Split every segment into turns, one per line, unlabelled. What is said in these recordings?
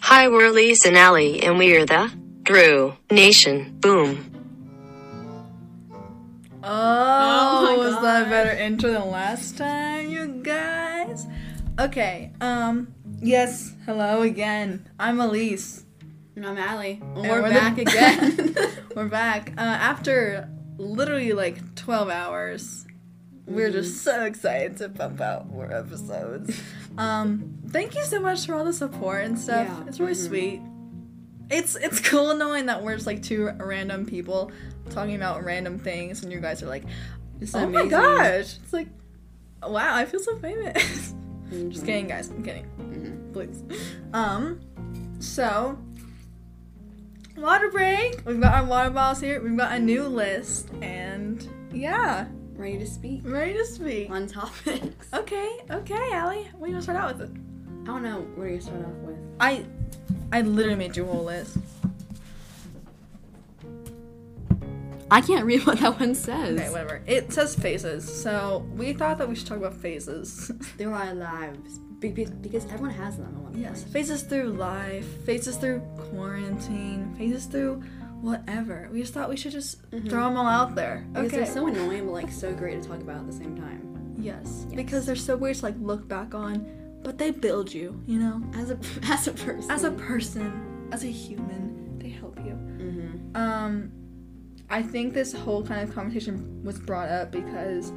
Hi, we're Elise and Allie, and we are the Drew Nation. Boom.
Oh,
Oh
my Oh was that a better intro than last time, you guys? Okay, um, yes, hello again. I'm Elise.
And I'm Allie.
And
we're,
we're the-
back again.
We're back. Uh, after literally like 12 hours, we're just
Mm-hmm.
so excited to pump out more episodes. Um, thank you so much for all the support and stuff.
Yeah, mm-hmm.
It's really sweet. It's it's cool knowing that we're just like two random people talking about random things, and you guys are like,
It's
"Oh my
amazing.
gosh!" It's like, "Wow, I feel so famous."
Mhm.
Just kidding, guys. I'm kidding.
Mm-hmm.
Please. Um, so, water break. We've got our water bottles here. We've got a new list. And yeah,
Ready to speak
I'm ready to speak.
on topics. I
Okay, okay, Allie. What do you want to start out with?
don't know where you start off with.
I I literally made you a whole list.
I can't read what that one says.
Okay, whatever. It says phases. So, we thought that we should talk about phases.
Through our lives. Be- be- Because everyone has them at one
yes,
point.
phases through life, phases through quarantine, phases through whatever. We just thought we should just throw them all out there.
Mm-hmm. Because
Okay.
they're so annoying but like so great to talk about at the same time.
Yes,
Yes.
because they're so weird to like look back on, but they build you, you know,
As a as a person.
as a person, as a human, they help you.
mm-hmm.
Um, I think this whole kind of conversation was brought up because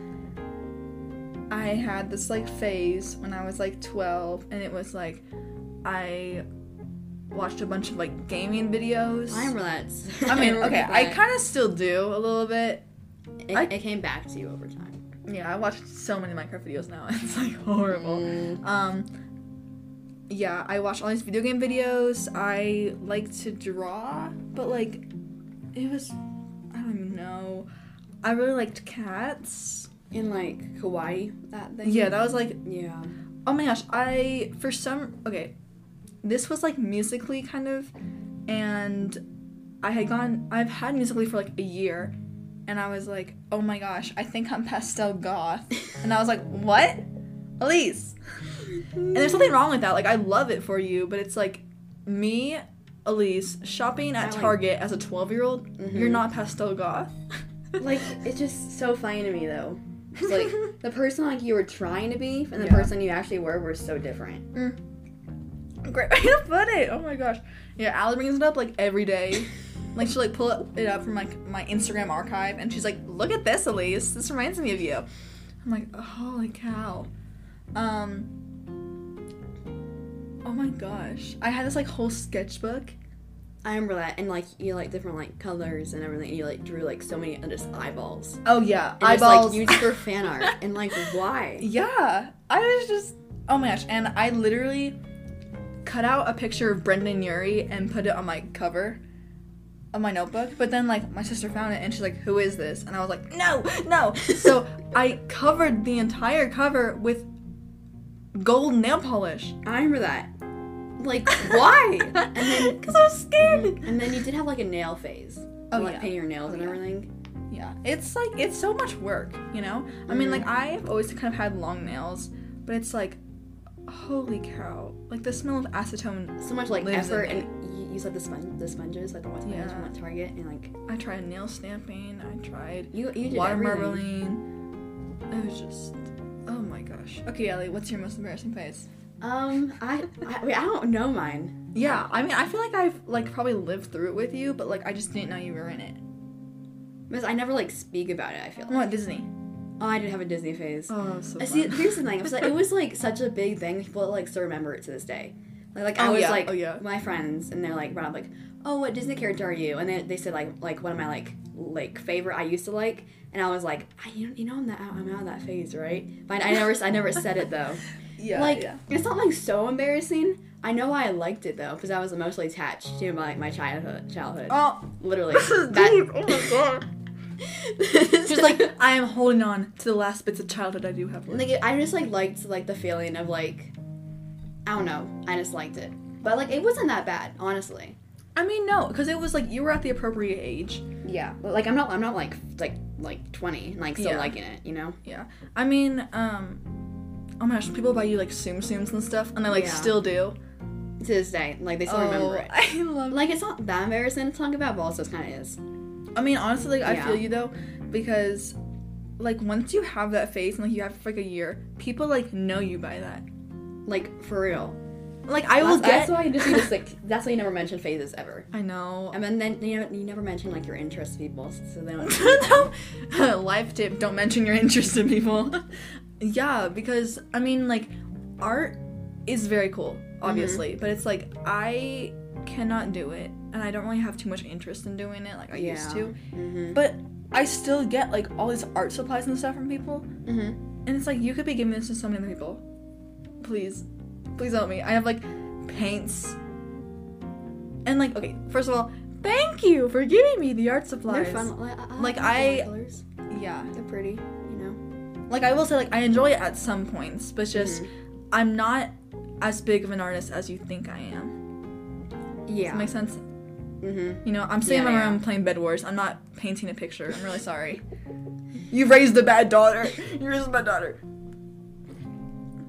I had this like phase when I was like 12, and it was like I watched a bunch of like gaming videos.
I remember that.
I mean,
remember
okay, I
that.
kind of still do a little bit.
It,
I-
it came back to you over time.
Yeah, I watched so many Minecraft videos now. It's like horrible. Um, yeah, I watched all these video game videos. I like to draw, but like, it was, I don't even know. I really liked cats.
In like Hawaii, that thing.
Yeah, that was like,
Yeah.
oh my gosh, I, for some, okay, this was like musically kind of, and I had gone, I've had musically for like a year, and I was like, oh my gosh, I think I'm pastel goth. And I was like, what? Elise. And there's nothing wrong with that. Like, I love it for you, but it's like me, Elise, shopping at
I like- Mm-hmm.
Target as a 12 year old, you're not pastel goth.
like it's just so funny to me though. It's like the person like you were trying to be and the
Yeah.
person you actually were were so different.
Great way to put it. Oh my gosh. Yeah, Allie brings it up like every day. Like she like pull it up from like my Instagram archive, and she's like, "Look at this, Elise. This reminds me of you." I'm like, "Holy cow!" Um. Oh my gosh, I had this like whole sketchbook.
I remember that and like you like different like colors and everything. You like drew like so many and just eyeballs. And
Oh yeah,
just,
eyeballs.
like used for fan art and like why?
Yeah, I was just oh my gosh, and I literally cut out a picture of Brendan Urie and put it on my cover of my notebook. But then like my sister found it and she's like, "Who is this?" And I was like, "No, no." So I covered the entire cover with gold nail polish.
I remember that. Like why? and then Mm-hmm.
Cause I was scared.
and then you did have like a nail phase.
Oh,
like
yeah.
painting your nails and
yeah.
everything.
Yeah, it's like it's so much work, you know. I mean, like I've always kind of had long nails, but it's like, holy cow! Like the smell of acetone
So much like
Lives in
effort
it.
and you used like the spon- the sponges, like the white sponges
Yeah.
from that Target and like
I tried nail stamping. I tried
you you did
water
everything.
marbling. It was just, oh my gosh. Okay, Ellie, what's your most embarrassing phase?
Um, I, I wait, I don't know mine.
Yeah, I mean, I feel like I've like probably lived through it with you, but like I just didn't know you were in it.
Because I never like speak about it. I feel.
I'm at Disney.
Oh, I did have a Disney phase.
Oh, so
I See, here's the thing. It was, like, it was like such a big thing. People like still remember it to this day. Like, like I
Oh,
was
yeah.
like
Oh, yeah.
my friends, and they're like Rob, like, oh, what Disney character are you? And they, they said like like one of my like like favorite I used to like, and I was like, I you know, you know I'm that I'm out of that phase, right? But I never I never said it though.
yeah,
like
yeah.
it's not like so embarrassing. I know why I liked it though, because I was emotionally attached to my like my childhood childhood.
Oh,
Literally.
this is
That-
deep. Oh my god. Just like I am holding on to the last bits of childhood I do have left.
like I just like liked like the feeling of like I don't know. I just liked it. But like it wasn't that bad, honestly.
I mean, no, because it was like you were at the appropriate age.
Yeah. But, like I'm not I'm not like like like 20 and like still
Yeah.
liking it, you know?
Yeah. I mean, um, oh my gosh, people buy you like Tsum Tsums and stuff, and they like
Yeah.
still do. Oh,
to this day. Like they still remember it.
I love.
Like it's not that embarrassing to talk about, but also it kind of is.
I mean, honestly, like I
Yeah.
feel you though, because like once you have that face and like you have it for like a year, people like know you by that.
Like for real.
Like I will
that's,
get.
that's why you just, you just like that's why you never mention phases ever.
I know.
And then, then you know you never mention like your interest to people, so they don't.
Life tip: Don't mention your interest in people. yeah, because I mean, like, art is very cool, obviously,
Mm-hmm.
but it's like I cannot do it, and I don't really have too much interest in doing it, like I used
Yeah.
to.
Mhm.
But I still get like all these art supplies and stuff from people,
Mhm.
and it's like you could be giving this to so many other people. Please, please help me. I have like paints. And like, okay, first of all, thank you for giving me the art supplies.
They're fun. Like, I,
Like, I-
colors.
Yeah.
They're pretty, you know.
like I will say like I enjoy it at some points, but just
Mm-hmm.
I'm not as big of an artist as you think I am.
Yeah.
That makes sense.
mm-hmm.
You know, I'm sitting
Yeah,
in my room playing Bed Wars. I'm not painting a picture. I'm really sorry. you raised a bad daughter. You raised a bad daughter.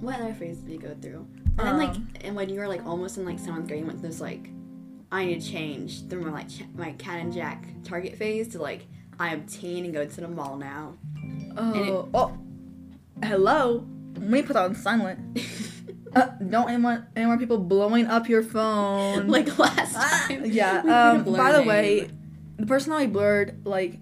What other phase did you go through? And then like,
Um,
and when you were like almost in like seventh grade, you went through this like, I need to change through my like ch- my Cat and Jack Target phase to like I am teen and go to the mall now.
Oh,
it-
oh, hello. Let me put that on silent. uh, don't anyone, any more people blowing up your phone.
like last time.
Yeah. Um, by the way, the person that we blurred, like,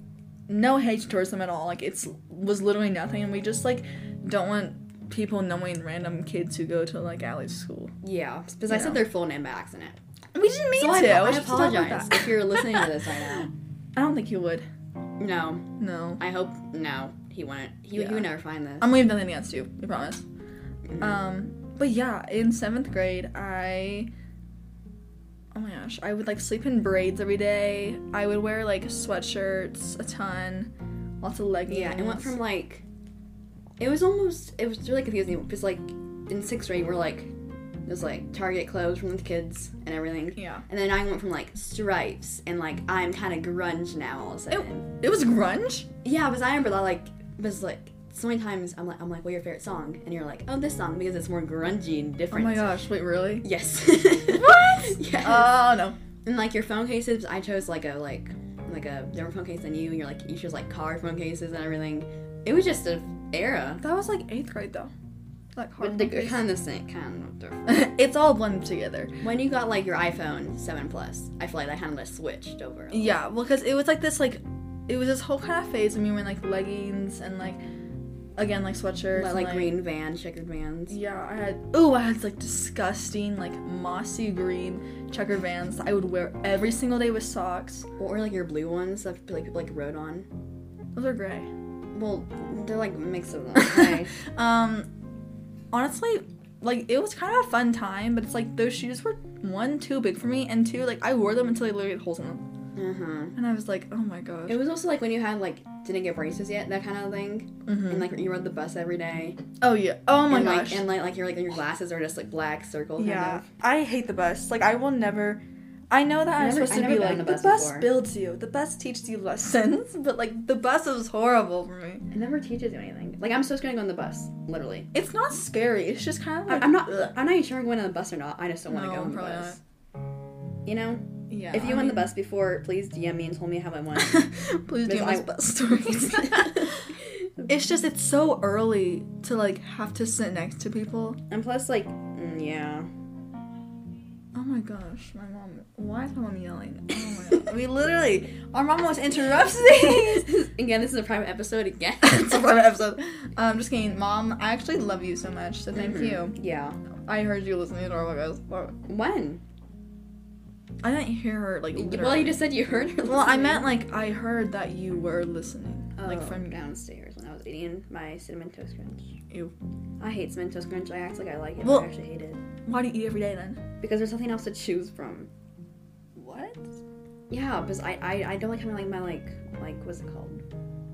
no hate towards them at all. Like, it's was literally nothing, and we just like don't want people knowing random kids who go to like Allie's school.
yeah, because I
Yeah.
said their full name by accident.
We didn't mean
So I,
to.
I
we should stop with
apologize
that.
if you're listening to this right now.
I don't think you would.
No,
No.
I hope no. He wouldn't. He,
Yeah.
he would never find this.
I'm leaving nothing against you. We promise. Um, but yeah, in seventh grade, I. Oh my gosh, I would like sleep in braids every day. I would wear like sweatshirts a ton, lots of leggings.
Yeah, it went from like it was almost it was really confusing because like in sixth grade we're like there's like Target clothes from the kids and everything.
Yeah.
And then I went from like stripes and like I'm kind of grunge now all of a
It,
sudden.
it was grunge?
Yeah, because I remember that like because like so many times I'm like I'm like, what's your favorite song? And you're like, oh, this song because it's more grungy and
Oh
different.
my gosh, wait, really?
Yes.
What?
yes.
Oh no.
and like your phone cases, I chose like a like like a different phone case than you, and you're like you chose like car phone cases and everything. It was just a era.
That was like eighth grade though. Like
But
hard.
the kind of the same kind of different.
it's all blended together.
When you got like your iPhone seven plus, I feel like that kind of switched over.
Yeah, well, because it was like this, like, it was this whole kind of phase when we were in like leggings and like, again, like sweatshirts.
Like,
and,
like green van, checkered vans.
Yeah, I had. Ooh, I had like disgusting, like mossy green checker vans that I would wear every single day with socks.
Or like your blue ones that like people like rode on.
Those are gray.
Well, they're like a mix of them. okay.
Um, honestly, like it was kind of a fun time, but it's like those shoes were one too big for me, and two like I wore them until they literally had holes in them,
uh-huh.
and I was like, oh my gosh.
It was also like when you had like didn't get braces yet, that kind of thing. And like you rode the bus every day.
oh yeah. Oh my
and,
gosh.
Like, and like like your like your glasses are just like black circle kind
yeah,
of.
I hate the bus. Like I will never. I know that I'm
Never-
supposed
I
to
never
be
been
like
on
the
the
bus,
bus before."
builds you, the bus teaches you lessons, but like the bus was horrible for me.
It never teaches you anything. Like I'm supposed to go on the bus, literally.
It's not scary. It's just kind of
I-
like
I'm not.
ugh.
I'm not even sure I'm going on the bus or not. I just don't want to
No,
go on the
probably
bus. You know,
Yeah.
if you
I
went on the
mean-
bus before, please DM me and tell me how I went.
Please do
Miss
my
I-
bus stories. it's just it's so early to like have to sit next to people.
and plus, like, mm, yeah,
Oh my gosh, my mom. Why is my mom yelling? Oh my god. we literally, our mom almost interrupts me.
again, this is a private episode again.
it's a private episode. I'm just kidding, mom. I actually love you so much, so thank you.
yeah.
I heard you listening to our podcast.
When?
I didn't hear her like. Literally.
Well, you just said you heard. Her
Well, I
listening.
meant like I heard that you were listening, like
Oh,
from
downstairs when I was eating my cinnamon toast crunch.
you.
I hate cinnamon toast crunch. I act like I like it,
Well-
but I actually hate it
Why do you eat every day then?
because there's nothing else to choose from.
What?
Yeah, because I, I I don't like having like my like like what's it called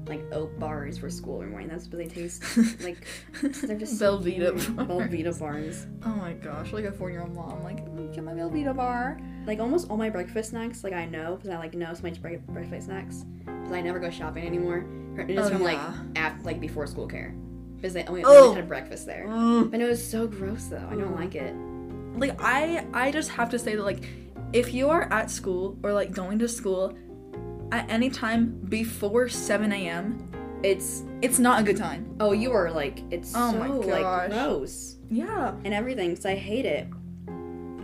like oat bars for school every morning. That's what they taste like. They're just so
Velveeta
weird.
bar.
Velveeta bars.
Oh my gosh, like a four-year-old mom, like "Mm, get my Velveeta bar.
Like almost all my breakfast snacks, like I know because I like know so much break- breakfast snacks. Because I never go shopping anymore. It is
Oh,
from
yeah.
like after like before school care because they only,
Oh.
only had breakfast there.
Mm.
But it was so gross though. I don't like it.
like I I just have to say that like if you are at school or like going to school at any time before 7 a.m.
It's
it's not a good time.
oh, you are like it's
Oh
so
my
like
gosh.
gross
Yeah.
and everything. So I hate it.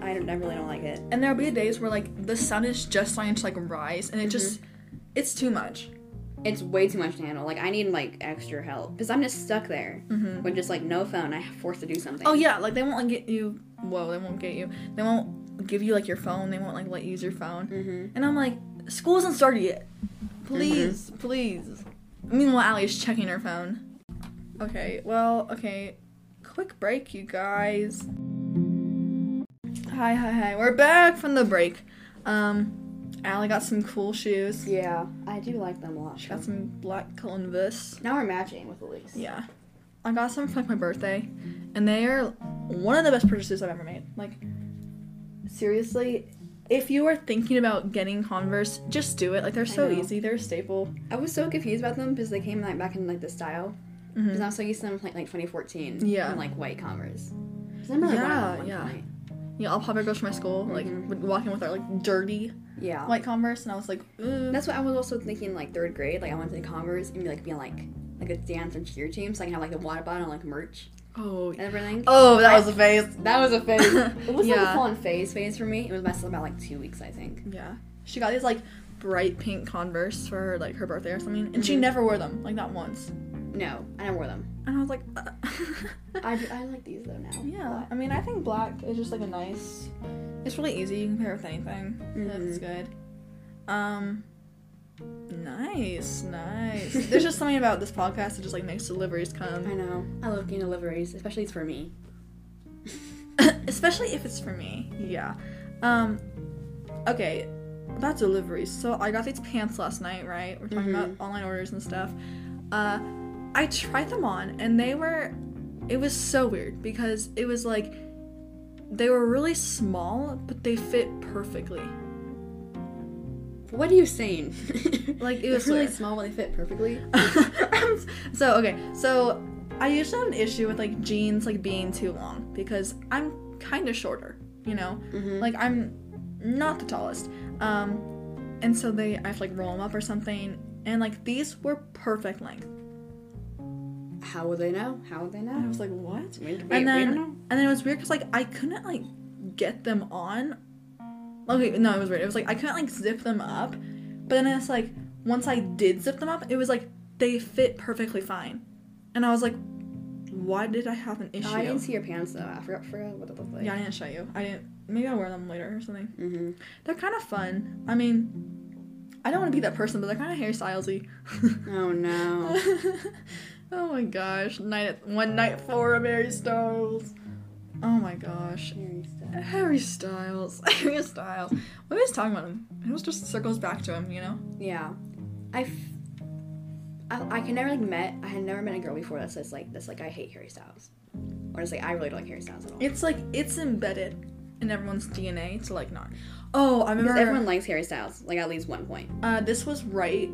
I don't. I really don't like it.
And there'll be days where like the sun is just starting to like rise and it just it's too much.
It's way too much to handle. Like I need like extra help because I'm just stuck there with just like no phone. I forced to do something.
Mm-hmm. Oh yeah, like they won't like get you whoa, they won't get you. They won't give you like your phone, they won't like let you use your phone. And I'm like, school hasn't started yet. Please, please. Meanwhile, Allie is checking her phone. Okay, well, okay. Quick break, you guys. Hi, hi, hi. We're back from the break. Um, Allie got some cool shoes.
Yeah, I do like them a lot.
Got some black Converse.
Now we're matching with Elise.
Yeah. I got some for like my birthday, and they are one of the best purchases I've ever made. Like, seriously, if you are thinking about getting Converse, just do it. Like, they're so
know.
easy. They're a staple.
I was so confused about them because they came like back in like the style. Because I was so used to them like, like 2014.
Mm-hmm. Yeah.
And like white Converse. 'Cause I remember
Yeah,
like, yeah, one
yeah.
yeah. Point.
Yeah, all popular girls from my school, like,
Mm-hmm.
would walking with our like dirty
Yeah.
white Converse, and I was like, ooh.
That's what I was also thinking like third grade. Like I wanted to the Converse and be like be on like like a dance and cheer team so I can have like a water bottle and like merch
oh,
and everything.
oh, that was a face.
That was a phase. it was like
Yeah.
a full on phase phase for me. It was lasted about like two weeks, I think.
Yeah, she got these like bright pink Converse for like her birthday or something, and she
Mm-hmm.
never wore them, like not once.
No, I never wore them.
And I was like, uh.
I, do, I like these though now.
Yeah, I mean, I think black is just like a nice. It's really easy. You can pair with anything. That's good. Um, nice, nice. There's just something about this podcast that just like makes deliveries
I
come,
know. I love getting deliveries, especially it's for me.
especially if it's for me. Yeah. Um, okay, about deliveries. So I got these pants last night, right? We're talking about online orders and stuff. Uh, I tried them on, and they were. It was so weird because it was like they were really small, but they fit perfectly.
What are you saying?
Like, it
They're
was
really
weird.
small, but they fit perfectly.
so okay, so I usually have an issue with like jeans like being too long because I'm kind of shorter, you know, like I'm not the tallest, um, and so they I have to like roll them up or something, and like these were perfect length.
How would they know? How would they
I
know?
was like, what?
We- we- we
and then
don't know.
and then it was weird because like I couldn't like get them on. Okay, no, it was weird. It was like I couldn't like zip them up, but then it's like once I did zip them up, it was like they fit perfectly fine, and I was like, why did I have an issue?
Oh, I didn't see your pants though. I forgot, forgot what it looked like.
yeah, I didn't show you. I didn't. Maybe I'll wear them later or something.
Mm-hmm.
They're kind of fun. I mean, I don't want to be that person, but they're kind of hairstylesy.
Oh no.
oh my gosh! Night at, one night for Mary Styles. Oh my gosh!
Scary stuff.
Harry Styles. Harry Styles. What was talking about him? It was just circles back to him, you know?
yeah, I, f- I, I can never like met. I had never met a girl before that says like that's like I hate Harry Styles, or just like I really don't like Harry Styles at all.
It's like it's embedded in everyone's DNA to like not. Oh, I remember
Because everyone likes Harry Styles, like at least one point.
uh, this was right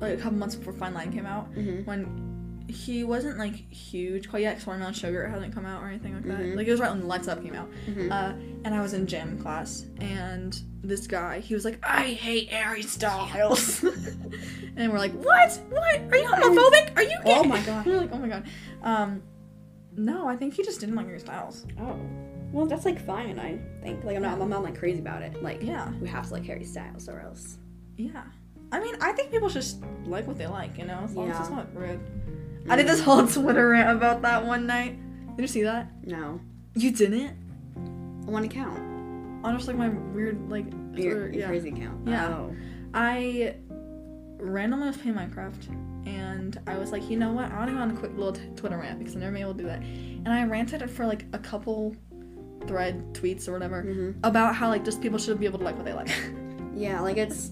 like a couple months before Fine Line came out
Mm-hmm.
when he wasn't like huge quite yet. 'cause Watermelon Sugar hadn't come out or anything like
Mm-hmm.
that. Like it was right when Lights Up came out. Uh, and I was in gym class and this guy he was like, I hate Harry Styles, and we're like, what? What? Are you homophobic? Are you? Gay?
Oh my God.
we're like, oh my god. Um, no, I think he just didn't like Harry Styles.
Oh, well that's like fine. I think like I'm not, I'm not like crazy about it. Like
Yeah.
we have to like Harry Styles or else.
Yeah. I mean, I think people should just like what they like, you know? As long as it's
Yeah.
not rude. I did this whole Twitter rant about that one night. Did you see that?
No,
You didn't?
I want to count.
On just like my weird, like,
Your,
Twitter-
your
yeah.
crazy count.
Yeah.
Oh.
I randomly was playing Minecraft and I was like, you know what? I want to go on a quick little t- Twitter rant because I've never been able to do that. And I ranted it for like a couple thread tweets or whatever about how like just people should be able to like what they like.
Yeah, like it's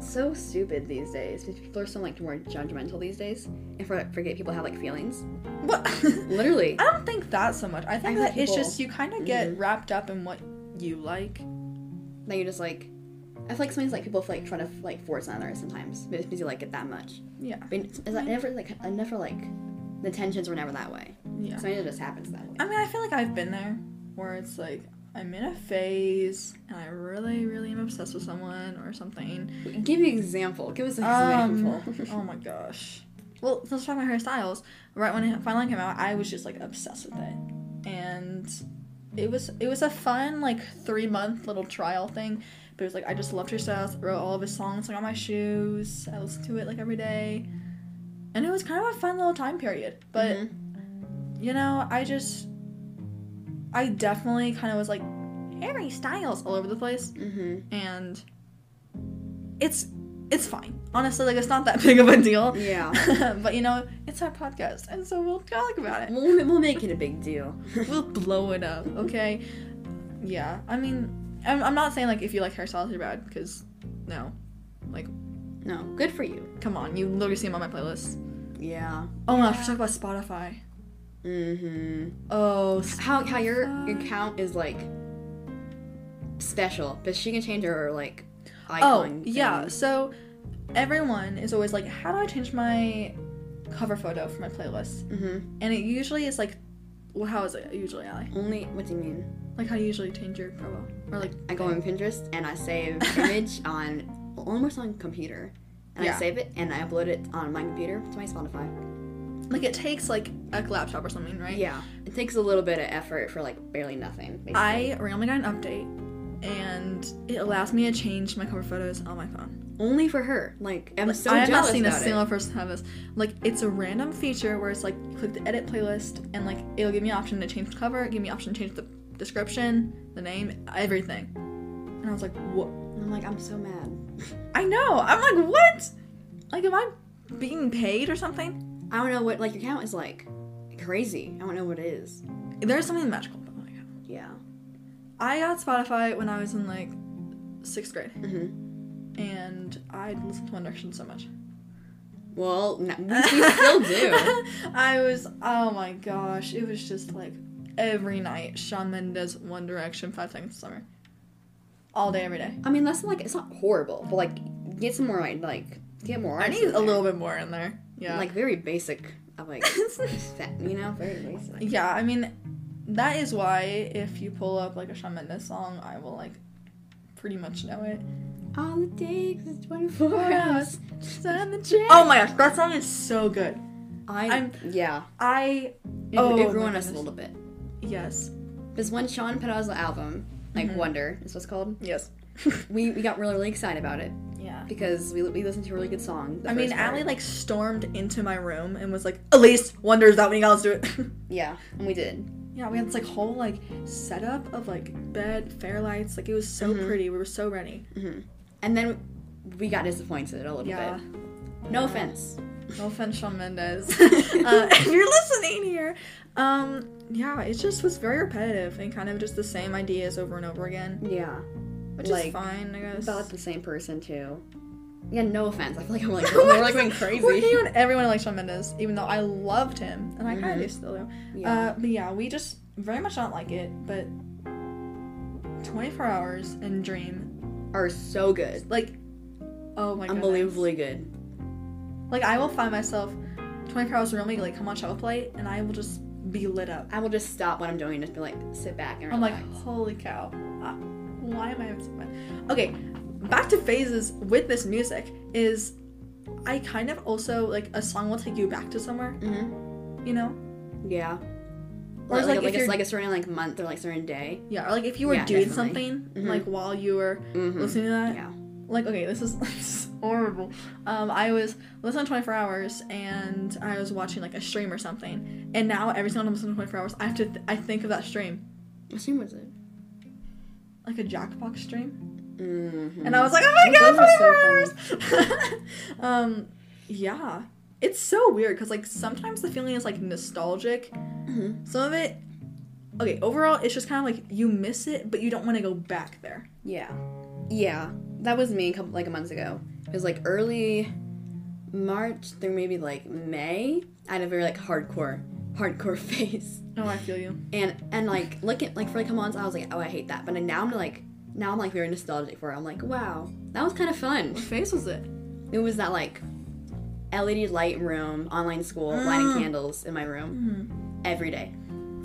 so stupid these days. because People are so like more judgmental these days, and for, forget people have like feelings.
what?
Literally.
I don't think that so much. I think
I
that
think
it's
people-
just you kind of get wrapped up in what you like.
That you just like, I feel like sometimes like people feel like try to like force on others sometimes because because you like it that much.
Yeah.
I mean, it's, it's like, never like I never like the tensions were never that way.
Yeah.
Sometimes it just happens that way.
I mean, I feel like I've been there where it's like I'm in a phase and I really, really am obsessed with someone or something.
Give me an example. Give us an
Um,
example.
oh my gosh. Well, let's talk about Harry Styles. Right when it finally came out, I was just like obsessed with it, and it was it was a fun like three month little trial thing. But it was like I just loved Harry Styles. Wrote all of his songs like on my shoes. I listened to it like every day, and it was kind of a fun little time period. But
Mhm.
you know, I just I definitely kind of was like Harry Styles all over the place
Mhm.
and it's it's fine. Honestly, like it's not that big of a deal.
Yeah.
but you know, it's our podcast, and so we'll talk about it.
We'll, we'll make it a big deal.
We'll blow it up, okay? Yeah, I mean, I'm, I'm not saying like if you like hairstyles, you're bad, because no,
no, good for you.
come on, you literally see them on my playlist.
Yeah.
Oh my gosh, we talk about Spotify.
Mm-hmm.
Oh,
How how your your
Spotify.
account is like special, but she can change her like
Oh,
icon.
yeah.
thing.
So everyone is always like, how do I change my cover photo for my playlist?
Mhm.
And it usually is like, well, how is it usually, Allie?
Only what do you mean?
Like how you usually change your profile, or like
I go on Pinterest and I save image on well, almost on computer, and
Yeah.
I save it and I upload it on my computer to my Spotify.
like it takes like a laptop or something, right?
Yeah. It takes a little bit of effort for like barely nothing. Basically.
I randomly got an update, and it allows me to change my cover photos on my phone.
only for her. Like I'm so
I have
jealous
not seen a
about it.
single person have this. Like it's a random feature where it's like you click the edit playlist, and like it'll give me an option to change the cover, give me an option to change the description, the name, everything. And I was like, what?
And I'm like I'm so mad.
I know. I'm like, what? Like, am I being paid or something?
I don't know what like your account is like. Crazy. I don't know what it is.
There's something magical about my account.
Yeah.
I got Spotify when I was in like sixth grade,
Mhm.
and I listened to One Direction so much.
Well, no, you still do.
I was, oh my gosh, it was just like every night Shawn Mendes, One Direction, Five Seconds of Summer, all day, every day.
I mean, that's like it's not horrible, but like get some more like like get more.
I
artists
need
in
a
there.
little bit more in there. Yeah,
like very basic. Of like fat, you know, very basic.
yeah. I mean, that is why if you pull up like a Shawn Mendes song, I will like pretty much know it.
All it takes is twenty four
hours.
hours.
Oh my gosh, that song is so good.
I
I'm-
yeah.
I
It,
Oh
it
my
grew on
goodness.
us a little bit.
yes,
This one Sean Pedraza album, like
Mm-hmm.
Wonder, is what's called.
yes,
We we got really, really excited about it
yeah.
because we we listened to a really good song. the
I mean,
first part.
Allie like stormed into my room and was like, "Elise, wonders that when you guys do it."
yeah, and we did.
yeah, we had this like whole like setup of like bed, fair lights. Like it was so
Mm-hmm.
pretty. We were so ready.
And then we got disappointed a little
Yeah.
bit. No offense.
No offense, Shawn Mendes. uh, if you're listening here, um, yeah, it just was very repetitive and kind of just the same ideas over and over again,
Yeah.
which
Like,
is fine, I guess.
About the same person too. Yeah, no offense. I feel like I'm like we're like going
We're
crazy.
hating on everyone like Shawn Mendes, even though I loved him and I kind of
Mm-hmm.
do still do. Uh, but yeah, we just very much don't like it. But 24 hours and Dream,
are so good,
like, oh my god,
unbelievably good.
Like I will find myself 24 hours in a room, like come on show play, and I will just be lit up.
I will just stop what I'm doing and just be like sit back and
I'm like,
relax.
holy cow, uh, why am I having so much? Okay, back to phases with this music is. I kind of also like a song will take you back to somewhere,
Mhm.
you know?
yeah.
Or
Or
like
like, like,
if
it's
you're-
like a certain like month or like certain day.
Yeah, or like if you were
Yeah,
doing
definitely.
something,
Mhm.
like while you were
Mm-hmm.
listening to that,
Yeah.
like okay this is, this is horrible um i was listening to 24 hours and i was watching like a stream or something and now every single time i listen to 24 hours i have to th- i think of that stream
What stream was it?
like a jackbox stream
Mm-hmm.
and i was like oh my
Those
god
are
24 hours um yeah it's so weird because like sometimes the feeling is like nostalgic
Mhm.
some of it okay overall it's just kind of like you miss it but you don't want to go back there
Yeah. Yeah. That was me a couple like a month ago. It was like early March through maybe like May. I had a very like hardcore hardcore phase.
oh i feel you
And and like look at like for like a month I was like, oh I hate that. But now I'm like now I'm like very nostalgic for it. I'm like, wow, that was kind of fun.
what face was it
It was that like LED light room, online school, lighting
Ah. Mm-hmm.
candles in my room every day.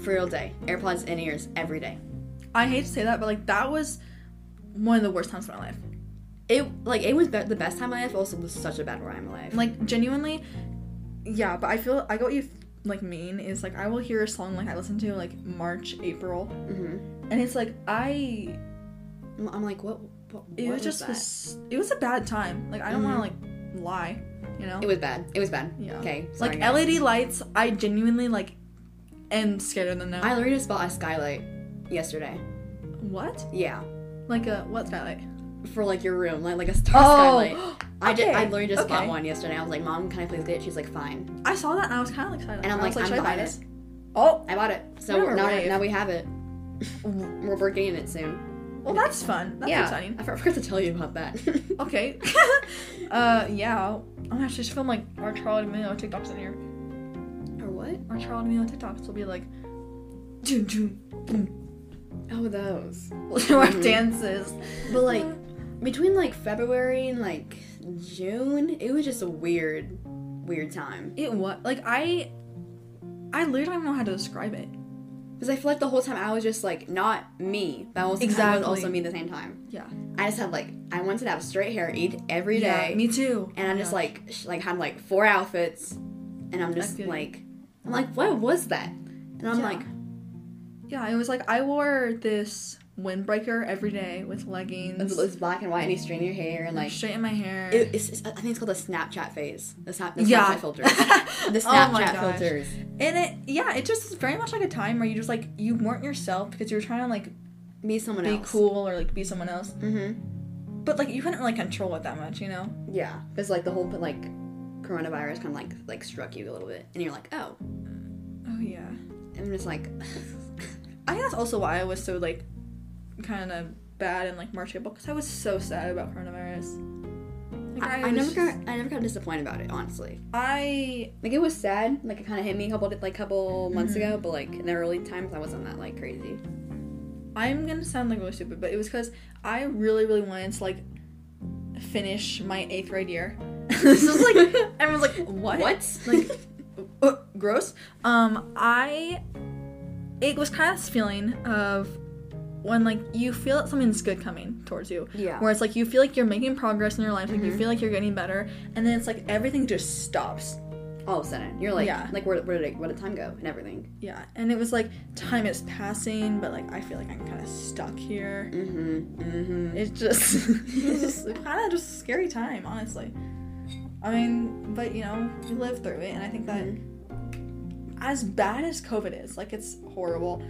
For real day. AirPods in ears every day.
I hate to say that, but like that was one of the worst times of my life.
It like it was be- the best time of my life. Also, was such a bad time of my life.
Like genuinely, yeah. But I feel I got you like mean is like I will hear a song like I listen to like March April, and it's like I
Mm-hmm. I'm- I'm like, what? what
it
what
was just
that? Mm-hmm.
was it was a bad time. Like I don't want to like lie, you know.
It was bad. It was bad.
Yeah.
Okay. sorry,
like E
guys.
LED lights, I genuinely like am scared of them now.
I literally just bought a skylight yesterday.
what?
Yeah.
Like a what skylight?
For like your room, like like a star skylight. I just I
Oh, okay,
literally just bought
okay.
one yesterday. I was like, Mom, can I please get it? She's like, Fine.
I saw that and I was kind of like excited.
And I'm
I was
like, I'm
should I buy
buying
this? Oh,
I bought it. So
Whatever,
now
wave.
now we have it. we're, we're getting it soon.
well that's fun. That's
yeah.
exciting.
I for- forgot to tell you about that.
Okay. uh, yeah. Oh my gosh, just film like our Charlie D'Amelio TikToks in here.
or what?
Our Charlie D'Amelio TikToks will be like, doom doom boom,
Oh, those.
our
Mm-hmm.
dances.
But like between like February and like June, it was just a weird, weird time.
It was like I, I literally don't know how to describe it.
Because I feel like the whole time I was just like not me, but I was, I
Exactly.
was also me at the same time.
Yeah.
I just had like I wanted to have straight hair eat every day,
Yeah. Me too.
and I just like sh- like had like four outfits, and I'm just
feel you.
like I'm like what was that? And I'm
Yeah.
like
Yeah, it was like I wore this windbreaker every day with leggings,
it's, it's black and white, and you straighten your hair, and like
straighten my hair.
it, it's, it's- I think it's called the Snapchat phase, the, snap, the
Yeah.
Snapchat filters, the
Oh my
Snapchat
gosh.
filters.
and it, yeah, it just is very much like a time where you just like you weren't yourself because you were trying to like
Be someone
be
else.
cool or like be someone else.
Mm-hmm.
But like you couldn't really control it that much, you know?
Yeah, because like the whole like coronavirus kind of like like struck you a little bit, and you're like, oh,
Oh yeah.
I'm just like,
I think that's also why I was so like kind of bad in like March April because I was so sad about coronavirus. Like,
I, I
was just-
never got I never got disappointed about it honestly.
I
Like it was sad, like it kind of hit me a couple like couple months
Mm-hmm.
ago, but like in the early times I wasn't that like crazy.
I'm gonna sound like really stupid, but it was because I really really wanted to like finish my eighth grade year. this was like everyone's like what
What?
like uh, gross. Um, I it was kind of this feeling of when like you feel that something's good coming towards you.
Yeah.
Where it's like you feel like you're making progress in your life, like you feel like you're getting better, and then it's like everything just stops.
All of a sudden, you're like,
Yeah.
like where, where did it, where did time go and everything?
Yeah. And it was like time is passing, but like I feel like I'm kind of stuck here.
Mm-hmm. Mm-hmm.
It's just it was just kind of just a scary time, honestly. I mean, but you know, we lived through it, and I think that as bad as COVID is, like it's horrible.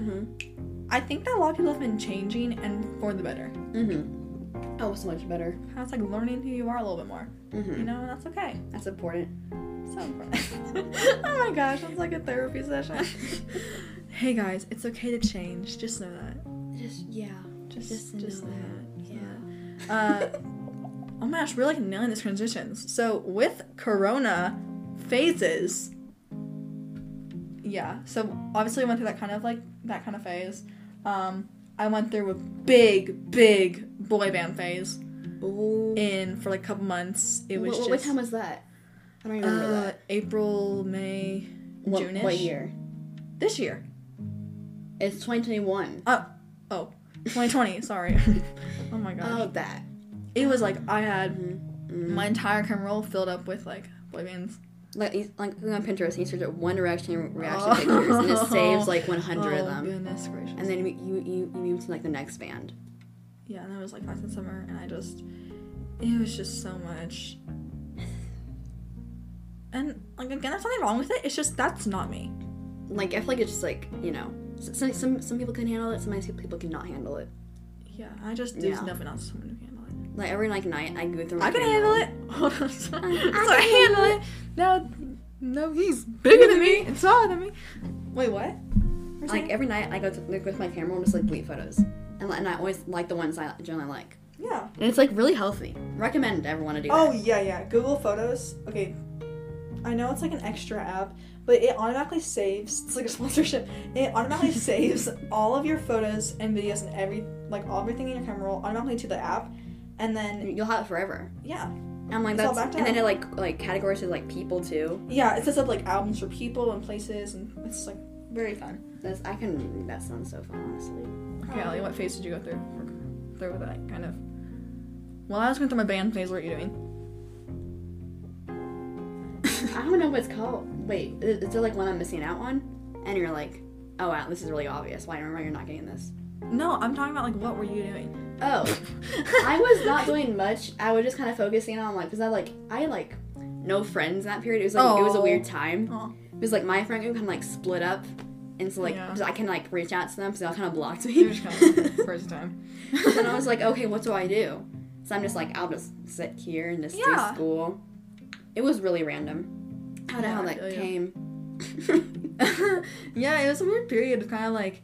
I think that a lot of people have been changing and for the better.
Mm-hmm. Oh, so much better.
Kind of like learning who you are a little bit more,
Mm-hmm.
you know, and that's okay.
That's important.
So important. oh my gosh, it's like a therapy session. hey guys, it's okay to change. Just know that.
Just yeah.
Just,
Just
just,
know
know
that.
that.
Yeah.
Uh, oh my gosh, we're like nailing these transitions. So with Corona phases, yeah. So obviously, I went through that kind of like that kind of phase. Um, I went through a big, big boy band phase
Ooh.
in for like a couple months. It was
what,
just
what time was that? I don't even remember
uh,
that.
April, May,
What,
June-ish?
what year?
This year.
It's 2021.
Oh, oh, 2020. sorry. oh my gosh.
Oh, that.
it was like I had Mm-hmm. my entire camera roll filled up with like boy bands.
Like, you- like go on Pinterest, and you search up One Direction reaction pictures, and it saves like 100
oh,
of them.
Goodness gracious.
And then you, you you you move to like the next band.
yeah, and that was like last in summer, and I just, it was just so much. And like again, there's nothing wrong with it. It's just that's not me.
Like I feel like it's just like you know, s- some some, some people can handle it, some people cannot handle it.
Yeah, I just there's
Yeah.
nothing else someone who can handle it.
Like every like night, I go through. my
I can
camera.
handle it. Hold on, so I
can
handle it. No, no, he's bigger than me and taller than me. Wait, what?
Like every night, I go to like, with my camera and just like delete photos, and, and I always like the ones I generally like.
Yeah.
And it's like really healthy. Recommend to everyone to do
Oh
that.
yeah, yeah. Google Photos. Okay, I know it's like an extra app, but it automatically saves. It's like a sponsorship. It automatically saves all of your photos and videos and every like everything in your camera roll automatically to the app, and then
You'll have it forever.
yeah,
I'm like
It's all
that's
backed
and
up.
then it like like categories is like people too.
Yeah, it sets up like albums for people and places, and it's like very fun.
That's I can that sounds so fun honestly.
Okay, Allie, what phase did you go through? Through with that kind of. While I was going through my band phase, what were you doing?
I don't know what it's called. Wait, i- is there like one I'm missing out on? And you're like, oh wow, this is really obvious. Why remember you're not getting this?
No, I'm talking about like what were you doing?
Oh, I was not doing much. I was just kind of focusing on like because I like I had, like no friends in that period. It was like it was a
Oh.
weird time.
Oh.
It was like my friend group kind of like split up, and so like
Yeah.
'cause I can like reach out to them because they all kind of blocked
It
me.
was kind of first time.
and I was like, okay, what do I do? So I'm just like, I'll just sit here and just
Yeah.
do school. It was really random. I don't know
Yeah,
how
I
that
feel you.
came.
yeah, it was a weird period of kind of like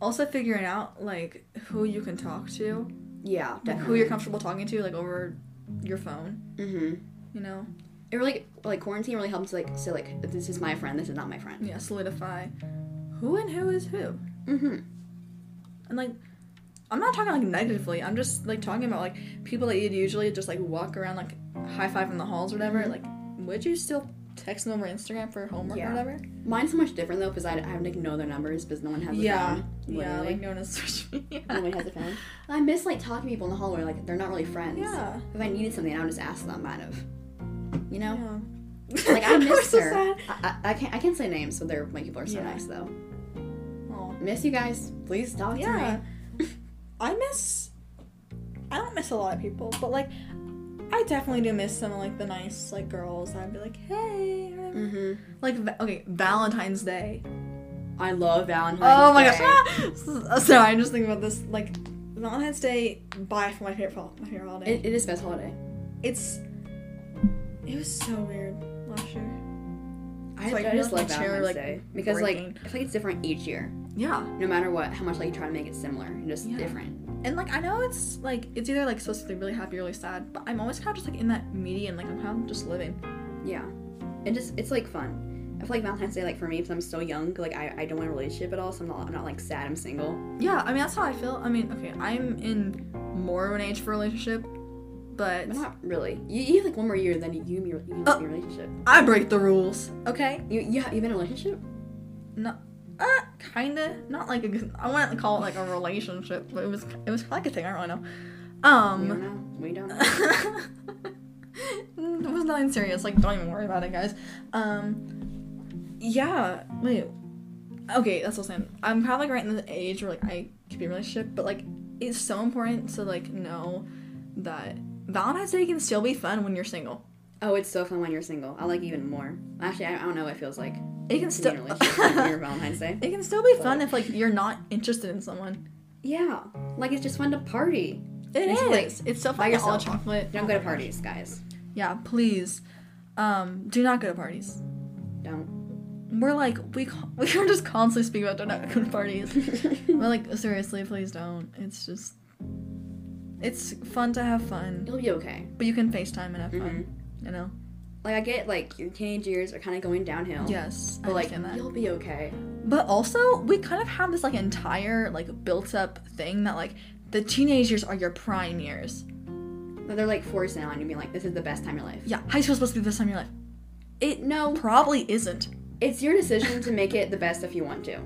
also figuring out like who you can talk to,
yeah,
like
definitely.
who you're comfortable talking to, like over your phone,
Mm-hmm.
you know?
It really like quarantine really helped to like say like this is my friend, this is not my friend.
Yeah, solidify who and who is who.
Mm-hmm.
And like, I'm not talking like negatively. I'm just like talking about like people that you'd usually just like walk around like high five in the halls or whatever. Like, would you still text them over Instagram for homework
Mm-hmm. Yeah.
or whatever?
Mine's so much different though because I, I have like no their numbers because no one has a phone.
yeah,
literally. Oh
like known as social media.
no one has a phone. I miss like talking to people in the hallway like they're not really friends.
Yeah.
If I needed something, I would just ask them. I'd have, you know.
Yeah.
Like I
We're
miss
so
her.
sad.
I, I, I can't I can't say names, so they're my people are so
Yeah.
nice though.
Aw.
Miss you guys. Please talk
Yeah.
to me.
I miss. I don't miss a lot of people, but like, I definitely do miss some of like the nice like girls. I'd be like, hey. or whatever.
Mm-hmm.
Like va- okay, Valentine's Day.
I love Valentine's.
Oh my
Day.
gosh! Sorry, I'm just thinking about this. Like Valentine's Day, by for my favorite hol- my favorite holiday.
It, it is best holiday.
it's it was so weird last year.
I,
So, like,
I
you
just
don't,
love
like, share,
Valentine's
like,
Day because
breaking.
like I feel like it's different each year.
Yeah,
no matter what, how much like you try to make it similar and just
Yeah.
different.
and like I know it's like it's either like supposed to be really happy or really sad, but I'm always kind of just like in that median. Like I'm kind of just living.
Yeah, it just it's like fun. I feel like Valentine's Day, like for me, because I'm so young, like I, I don't want a relationship at all, so I'm not I'm not like sad. I'm single.
Yeah, I mean that's how I feel. I mean, okay, I'm in more of an age for a relationship, but
But not really. You, you have like one more year, then you you can be- you can
Oh.
be in a relationship.
I break the rules. Okay,
You you have, you've been in a relationship?
no. Uh, kinda. Not like a, I wouldn't call it like a relationship, but it was it was like a thing. I don't really know.
We don't
Um,
know. We don't. Know.
it was nothing serious. Like, don't even worry about it, guys. Um, yeah. Wait. Okay, that's what I'm saying. I'm kind of like right in the age where like I could be in a relationship, but like it's so important to like know that Valentine's Day can still be fun when you're single.
oh, it's so fun when you're single. I like even more. Actually, I, I don't know. what It feels like to
It can
be
still
in a relationship on your Valentine's Day.
it can still be fun if like you're not interested in someone.
Yeah, like it's just fun to party.
It
It's
is.
like
it's so
by
fun. to get All
yourself.
chocolate.
Don't go to parties, guys.
Yeah, please. Um, do not go to parties.
Don't.
We're like we ca- we are just constantly speaking about don't go to parties. But like seriously, please don't. It's just it's fun to have fun,
You'll be okay.
but you can FaceTime and have fun.
Mm-hmm.
You know.
Like I get like your teenage years are kind of going downhill.
Yes, I
But like
understand that.
you'll be okay.
But also, we kind of have this like entire like built-up thing that like the teenage years are your prime years.
But they're like forcing it on you, being like, "This is the best time of your life."
Yeah, high school's supposed to be the best time of your life.
It no,
Probably isn't.
it's your decision to make it the best if you want to.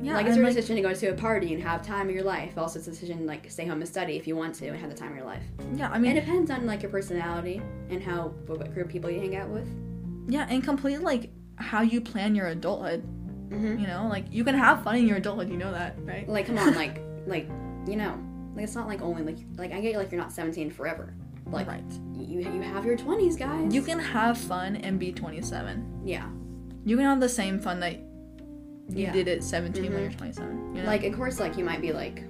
Yeah,
like
and,
it's your decision to go to a party and have time of your life. Also, it's a decision like stay home and study if you want to and have the time of your life.
yeah. I
It
mean,
depends on like your personality and how what, what group of people you hang out with.
yeah, and completely like how you plan your adulthood.
Mhm.
You know, like you can have fun in your adulthood. You know that, right?
Like come on, like like you know, like it's not like only like like I get like you're not 17 forever. Like
right.
you you have your 20s, guys.
You can have fun and be 27.
yeah.
You can have the same fun that you
Yeah. Mm-hmm.
did at 17 when you're 27. You know?
Like, of course, like you might be like,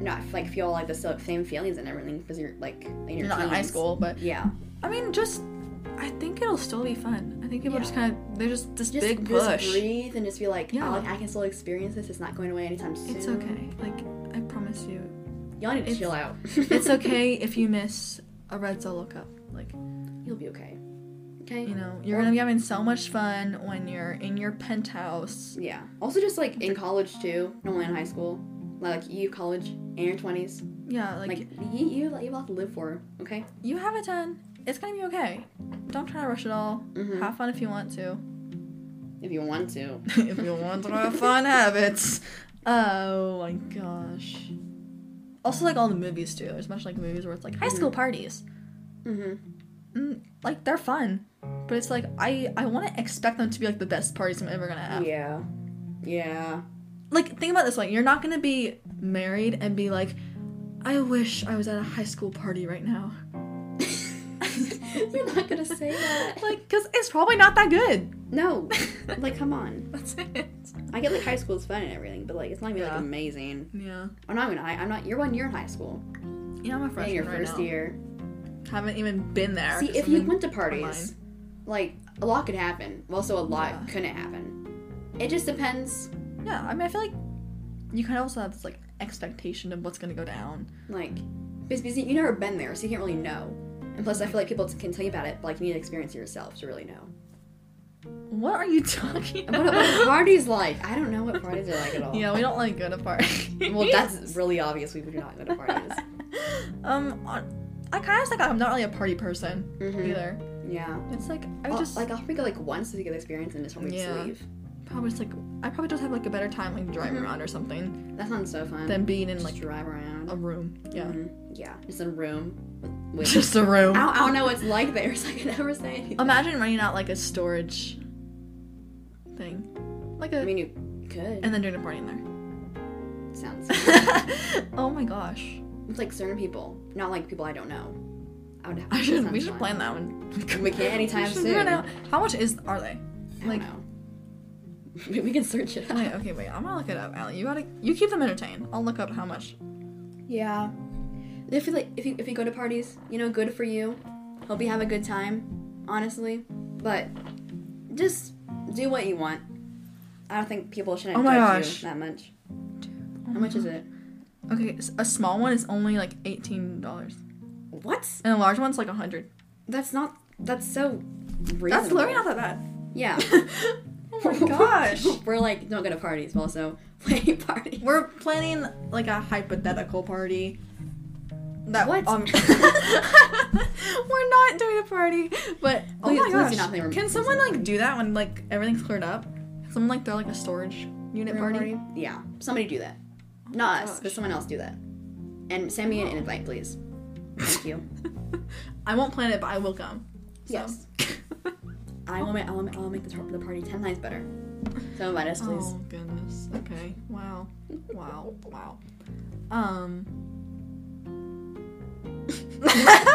not like feel like the so- same feelings and everything because you're like in your
you're not in high
teens.
school, but
Yeah,
I mean, just I think it'll still be fun. I think people
Yeah.
just kind of they're just this
just,
big
just
push.
breathe and just be like,
Yeah.
oh, like, I can still experience this. It's not going away anytime soon.
It's okay. Like I promise you,
Y'all need to
It's-
chill out.
it's okay if you miss a Red Solo Cup. Like
You'll be okay. Okay.
you know, you're gonna be having so much fun when you're in your penthouse.
Yeah. Also, just like in college too, normally in high school, like you college and your twenties,
Yeah, like,
like, you you you have a lot to live for. Okay.
you have a ton. it's gonna be okay. Don't try to rush it all.
Mm-hmm.
Have fun if you want to.
If you want to.
if you want to have fun habits. Oh my gosh. Also, like all the movies too. There's much like movies where it's like high school
Mm-hmm.
parties.
Mhm.
Mm, like they're fun, but it's like I I want to expect them to be like the best parties I'm ever gonna have.
Yeah. Yeah.
Like think about it this way: you're not gonna be married and be like, I wish I was at a high school party right now.
You're not gonna say that.
Like, cause it's probably not that good.
No. Like, come on.
That's it.
I get like high school is fun and everything, but like it's not gonna be
Yeah.
like amazing.
Yeah.
I'm not even. I, I'm not. You're one year in high school.
Yeah, I'm a
Yeah,
freshman
your
right
first
now.
year.
Haven't even been there.
See,
'cause
if
I've
you
been
went to
online.
parties, like a lot could happen. Also, a lot
Yeah.
couldn't happen. It just depends.
Yeah, I mean, I feel like you kind of also have this like expectation of what's gonna go down.
Like, because because you never been there, so you can't really know. And plus, I feel like people can tell you about it, but like you need to experience it yourself to really know.
What are you talking
What,
about?
what a parties like? I don't know what parties are like at all.
yeah, we don't like go to parties.
Well, that's really obvious. We do not go to parties.
um, on- I kind of like I'm not really a party person
Mhm.
either.
Yeah.
It's like I
I'll-
would just
Oh, like I'll probably go like once to get the experience and just probably
Yeah.
just leave.
probably just like I probably just have like a better time like driving
Mhm.
around or something
That sounds so fun.
than being in
just
like oh,
drive around.
a room. Yeah,
Mhm. Yeah. Just in a room. With, with
just a room.
I, don't, I don't know what's like there, so I can never say anything.
Imagine running out like a storage thing, like a
I mean, you could.
and then doing a party in there.
sounds.
oh my gosh.
It's like certain people, not like people I don't know. I would. Have,
I should.
sounds
We should
fun.
plan that one.
We can't anytime
We should figure it
soon.
out. How much is are they? like-
I like, don't know. We- we can search it. Up.
Wait, okay, wait. I'm gonna look it up, Allie. You gotta. You keep them entertained. I'll look up how much.
Yeah. If you like, if you if you go to parties, you know, good for you. Hope you have a good time, honestly. But just do what you want. I don't think people shouldn't
Oh my
judge
gosh. Oh
you that much. How much is it?
Okay, s- a small one is only like eighteen dollars,
What?
and a large one's like a hundred.
That's not. That's so. Reasonable.
That's literally not that bad.
Yeah.
oh my gosh.
We're like don't go to parties, but also play parties.
We're planning like a hypothetical party. That
What?
Um, we're not doing a party, but oh my
Please- please do
gosh,
not think we're-
can someone like do that when like everything's cleared up? Can Someone like throw like a storage unit party.
Yeah. Somebody do that. Not us,
Oh gosh.
but someone else do that. And send me an invite, please. Thank you.
I won't plan it, but I will come. So.
Yes. I will make, I'll, I'll make the, tar- the party 10 times better. So invite us, please.
Oh goodness. Okay. Wow. Wow. Wow. Um. oh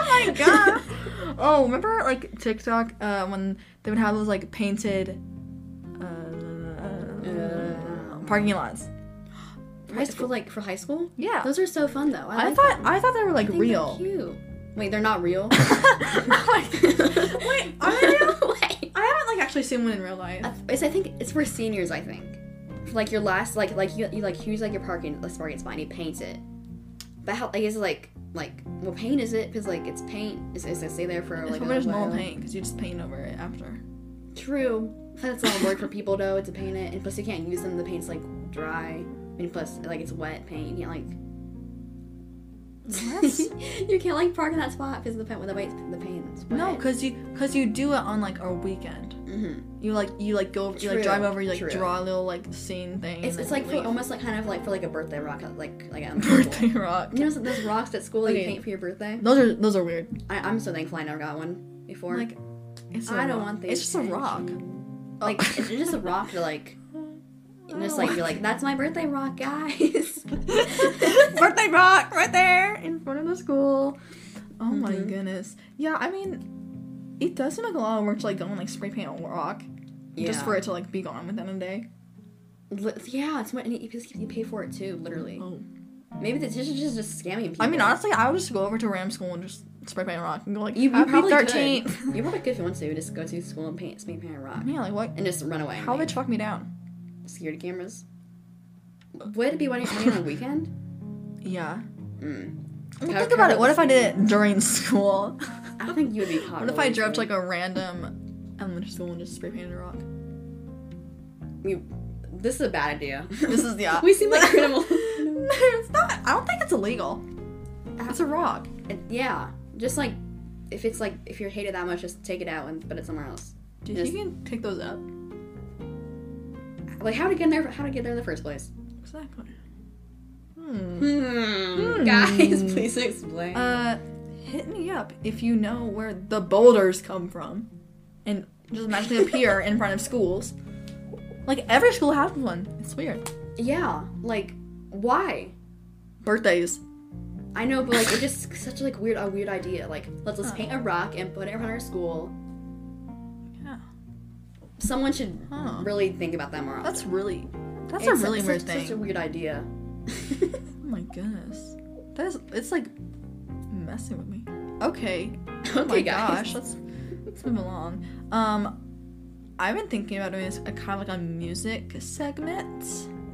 my god. Oh, remember like TikTok uh, when they would have those like painted uh,
Uh.
parking lots?
High school, like for high school?
Yeah.
Those are so fun though. I,
I
like
thought
them.
I thought they were like
I think they're
real.
cute. Wait, they're not real?
Wait, are they real?
Wait.
I haven't like actually seen one in real life.
I th- It's, I think it's for seniors, I think. For, like your last, like, like you, you like use like your parking, like parking spot and you paint it. But how, I guess like, like, what paint is it? Because like it's paint. Is it stay there for
It's
like
probably just normal
while?
paint because you just paint over it after.
True. That's not a word for people though to paint it, and plus you can't use them. The paint's like dry, and plus like it's wet paint. You can't like. you can't like park in that spot because the paint with the white the paint's wet.
No, cause you cause you do it on like a weekend.
hmm
You like you like go you like
True,
drive over you like
true.
draw a little like scene thing.
It's,
and
it's
then
like
you
for
leave.
almost like kind of like for like a birthday rock like like um,
birthday rock.
You know some- those rocks at school that
Okay.
you paint for your birthday?
Those are those are weird.
I, I'm so thankful I never got one before.
Like oh. it's
I
a
don't
rock.
want
It's
these
just a rock. Oh.
like it's just a rock to like and just like you're like that's my birthday rock, guys.
birthday rock right there in front of the school. Oh my
Mhm.
goodness. Yeah, I mean, it does seem like a lot of work to like go and like spray paint a rock just
Yeah.
for it to like be gone within a day.
Li- Yeah, it's what and you, you pay for it too, literally.
Oh.
Maybe the teacher's just, just scamming people.
I mean, honestly, I would just go over to Ram School and just spray paint a rock and go like,
you, you
"Happy
probably
13th.
could. You probably could if you want to. Just go to school and paint, paint, paint a rock,
Yeah, like what?
and just run away.
How
and
would they track me down?
make security cameras? Would it be running, running on a weekend?
Yeah.
Mm.
Well,
How-
think
how
about it.
does
What if I
it
did it during school?
I don't think you would be caught.
What if I
really
drove to
quick.
like a random elementary school and just spray painted a rock?
You, this is a bad idea.
This is yeah.
we seem like criminals.
No, it's not. I don't think it's illegal. It's a rock.
yeah, just like if it's like if you're hated that much, just take it out and put it somewhere else.
Do you
Yes.
think you can pick those up?
Like how to get in there? How to get there in the first place?
Exactly. Hmm.
Hmm. Guys, please explain.
Uh, hit me up if you know where the boulders come from, and just magically appear in front of schools. Like every school has one. It's weird.
yeah, like why?
Birthdays.
I know, but like it's just such like weird a weird idea. Like let's let's paint a rock and put it in front of our school.
Yeah.
Someone should
Huh.
really think about that more often.
That's really. That's
It's
a really
such-
weird
such-
thing.
Such a weird idea.
oh my goodness. That is. It's like messing with me. Okay.
okay,
Oh my
guys.
gosh. Let's let's move along. Um. I've been thinking about doing a kind of like a music segment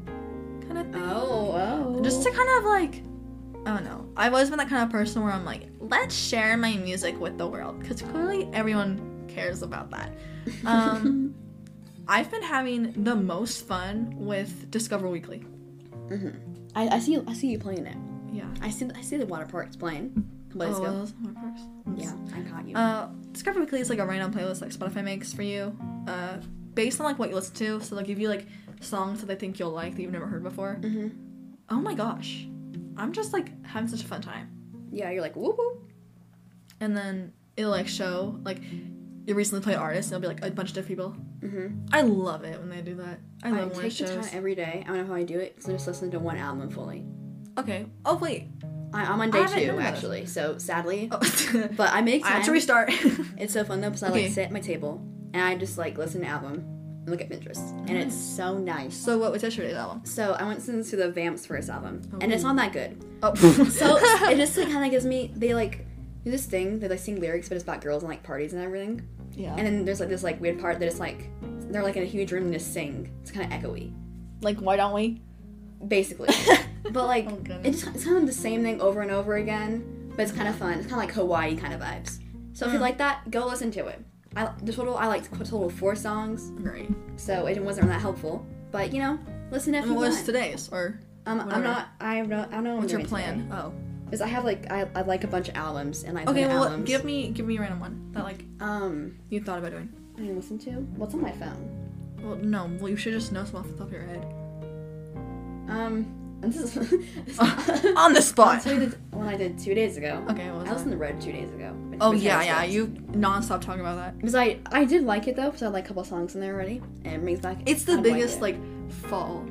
kind of thing.
Oh, oh.
just to kind of like I don't know. I've always been that kind of person where I'm like, let's share my music with the world because clearly everyone cares about that. Um, I've been having the most fun with Discover Weekly.
I, I see I see you playing it.
Yeah.
I see I see the water parks playing. A couple days
Oh,
ago.
those are perks.
Yeah, I caught you.
Uh, Discover Weekly is like a random playlist like Spotify makes for you, uh, based on like what you listen to. So they'll give you like songs that they think you'll like that you've never heard before.
Mhm.
Oh my gosh, I'm just like having such a fun time.
yeah, you're like whoop whoop.
and then it'll like show like you recently played artists and it'll be like a bunch of different people.
Mm-hmm.
I love it when they do that. I
I
love when it
take the time
shows.
every day. I don't know how I do it. So just listen to one album fully.
Okay. Oh wait.
I, I'm on
I
day
haven't done
two
that.
actually. So sadly,
Oh.
but I make
I
time.
have to restart.
It's so fun though because I
Okay.
like sit at my table and I just like listen to an album and look at Pinterest and it's
Mm.
so nice.
so what was yesterday's album?
So I went to listen to the Vamps first album and it's not that good.
Oh.
So it just like kind of gives me they like do this thing they like sing lyrics but it's about girls and like parties and everything.
yeah.
And then there's like this like weird part that it's like they're like in a huge room and just sing. It's kind of echoey,
like why don't we?
basically. but like
Oh, goodness.
it's, it's kind of the same thing over and over again. But it's kind of fun. It's kind of like Hawaii kind of vibes. So
Mm.
if you like that, go listen to it. I the total I liked a total of four songs,
Great.
so it wasn't that helpful. But you know, listen if
And
you
what was
want.
today's or
Um, I'm
whatever.
not. I have no. I don't know.
what's your plan? Oh.
Because I have like I, I like a bunch of albums and I
Okay.
play
Well,
albums.
give me give me a random one that like
um.
you thought about doing.
I can listen to what's on my phone.
Well, no. Well, you should just know some off the top of your head.
Um. This is. this-
On the spot.
That's what I did- one I did two days ago.
Okay. What was
I
that?
listened to Red two days ago. which-
Oh
which I
yeah,
was
yeah.
good.
You nonstop talking about that.
Because I I did like it though, because I had, like a couple songs in there already, and it brings back.
It's the
I
biggest
like,
like fall.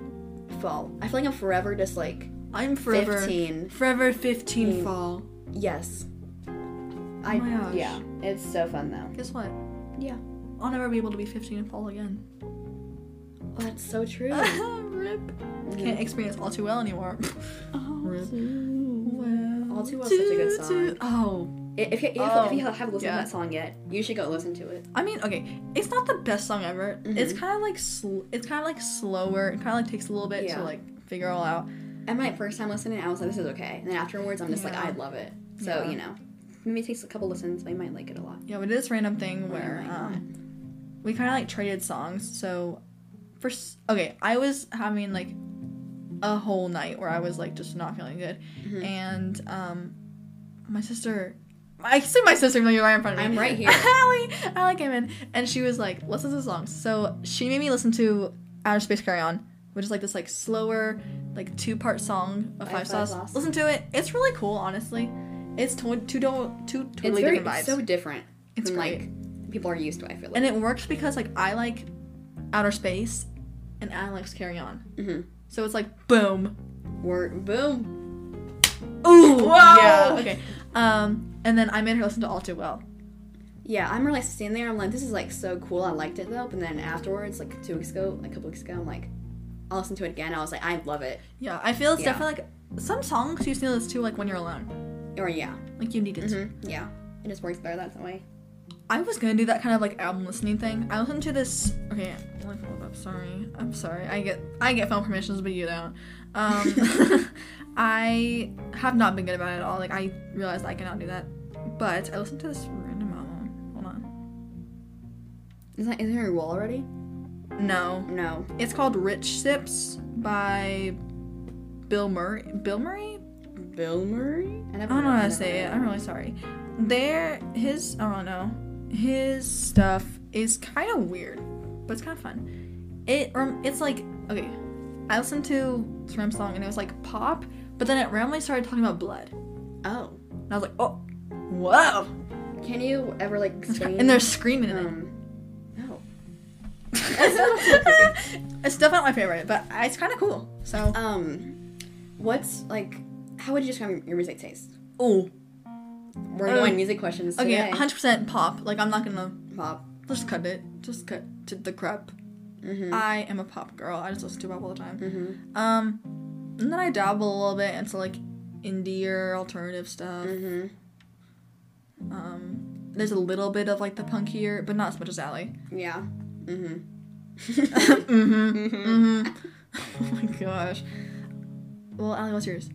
it. fall. I feel like I'm forever just like
I'm forever
fifteen.
forever 15 fall.
Yes. I
Oh my gosh.
yeah. It's so fun though.
Guess what?
Yeah.
I'll never be able to be 15 and fall again. Oh,
Well, that's so true.
Rip.
Mm-hmm.
Can't experience all too well anymore. Rip. Well,
All Too Well's such a good
too-
song.
Oh,
if, if, if,
Oh,
if you haven't listened
yeah.
to that song yet, you should go listen to it.
I mean, okay, it's not the best song ever.
Mm-hmm.
It's kind of like sl- it's kind of like slower. It kind of like takes a little bit
Yeah.
to like figure all out.
And my first time listening, I was like, this is okay. And then afterwards, I'm just like,
Yeah.
I love it. So,
Yeah.
you know, maybe it takes a couple listens, but you might like it a lot.
Yeah, we did this random thing
Or you
where
might not.
um, we kind of like traded songs. So, for s- okay, I was having like a whole night where I was like just not feeling good,
Mm-hmm.
and um, my sister, I see my sister, even though you're right in front of me.
I'm right here.
Allie, Allie came in and she was like, "Listen to songs." So she made me listen to Outer Space Carry On, which is like this like slower, like two part song of
By
Five
Five
Sauce.
Sauce.
Listen to it. It's really cool, honestly. It's to- two do- two
It's
totally
very
different vibes
it's so different.
It's
than,
great.
like people are used to. I feel like.
and it works because like I like outer space, and Alex carry on.
Mhm.
So it's like boom,
We're boom.
ooh,
Whoa!
yeah, okay. Um, and then I made her listen to All Too Well.
Yeah, I'm really sitting there. I'm like, this is like so cool. I liked it though. But then afterwards, like two weeks ago, like a couple weeks ago, I'm like, I'll listen to it again. I was like, I love it.
Yeah, I feel it's
Yeah.
definitely like some songs you just need to listen to like when you're alone,
Or yeah,
like you need it.
hmm yeah. It just works better that way.
I was gonna do that kind of like album listening thing. I listened to this. Okay, let me pull it up. Sorry, I'm sorry. I get I get phone permissions, but you don't. Um, I have not been good about it at all. Like I realized I cannot do that. But I listened to this random album. Hold on.
Is that is there a wall already?
No,
No.
it's called Rich Sips by Bill Murray. Bill Murray?
Bill Murray. I, never
I don't know how
heard-
to
never
say
heard
it.
of
I'm really sorry. there his I don't know his stuff is kind of weird, but it's kind of fun. It um, it's like okay, I listened to this Ram song and it was like pop, but then it randomly started talking about blood,
Oh.
and I was like, oh, whoa,
Can you ever like sing?
and they're screaming in it.
um, no.
it's definitely not my favorite, but it's kind of cool. So
Um, what's like? How would you describe your- your music taste?
oh,
We're
Um,
going music questions
okay,
today.
100 percent pop. Like I'm not gonna
Pop.
just cut it, just cut to the crap. I am a pop girl. I just listen to pop all the time. Um, and then I dabble a little bit into like indie or alternative stuff. Um, there's a little bit of like the punkier, but not as much as Allie.
Yeah. Mm-hmm.
Oh my gosh. Well, Allie, what's yours?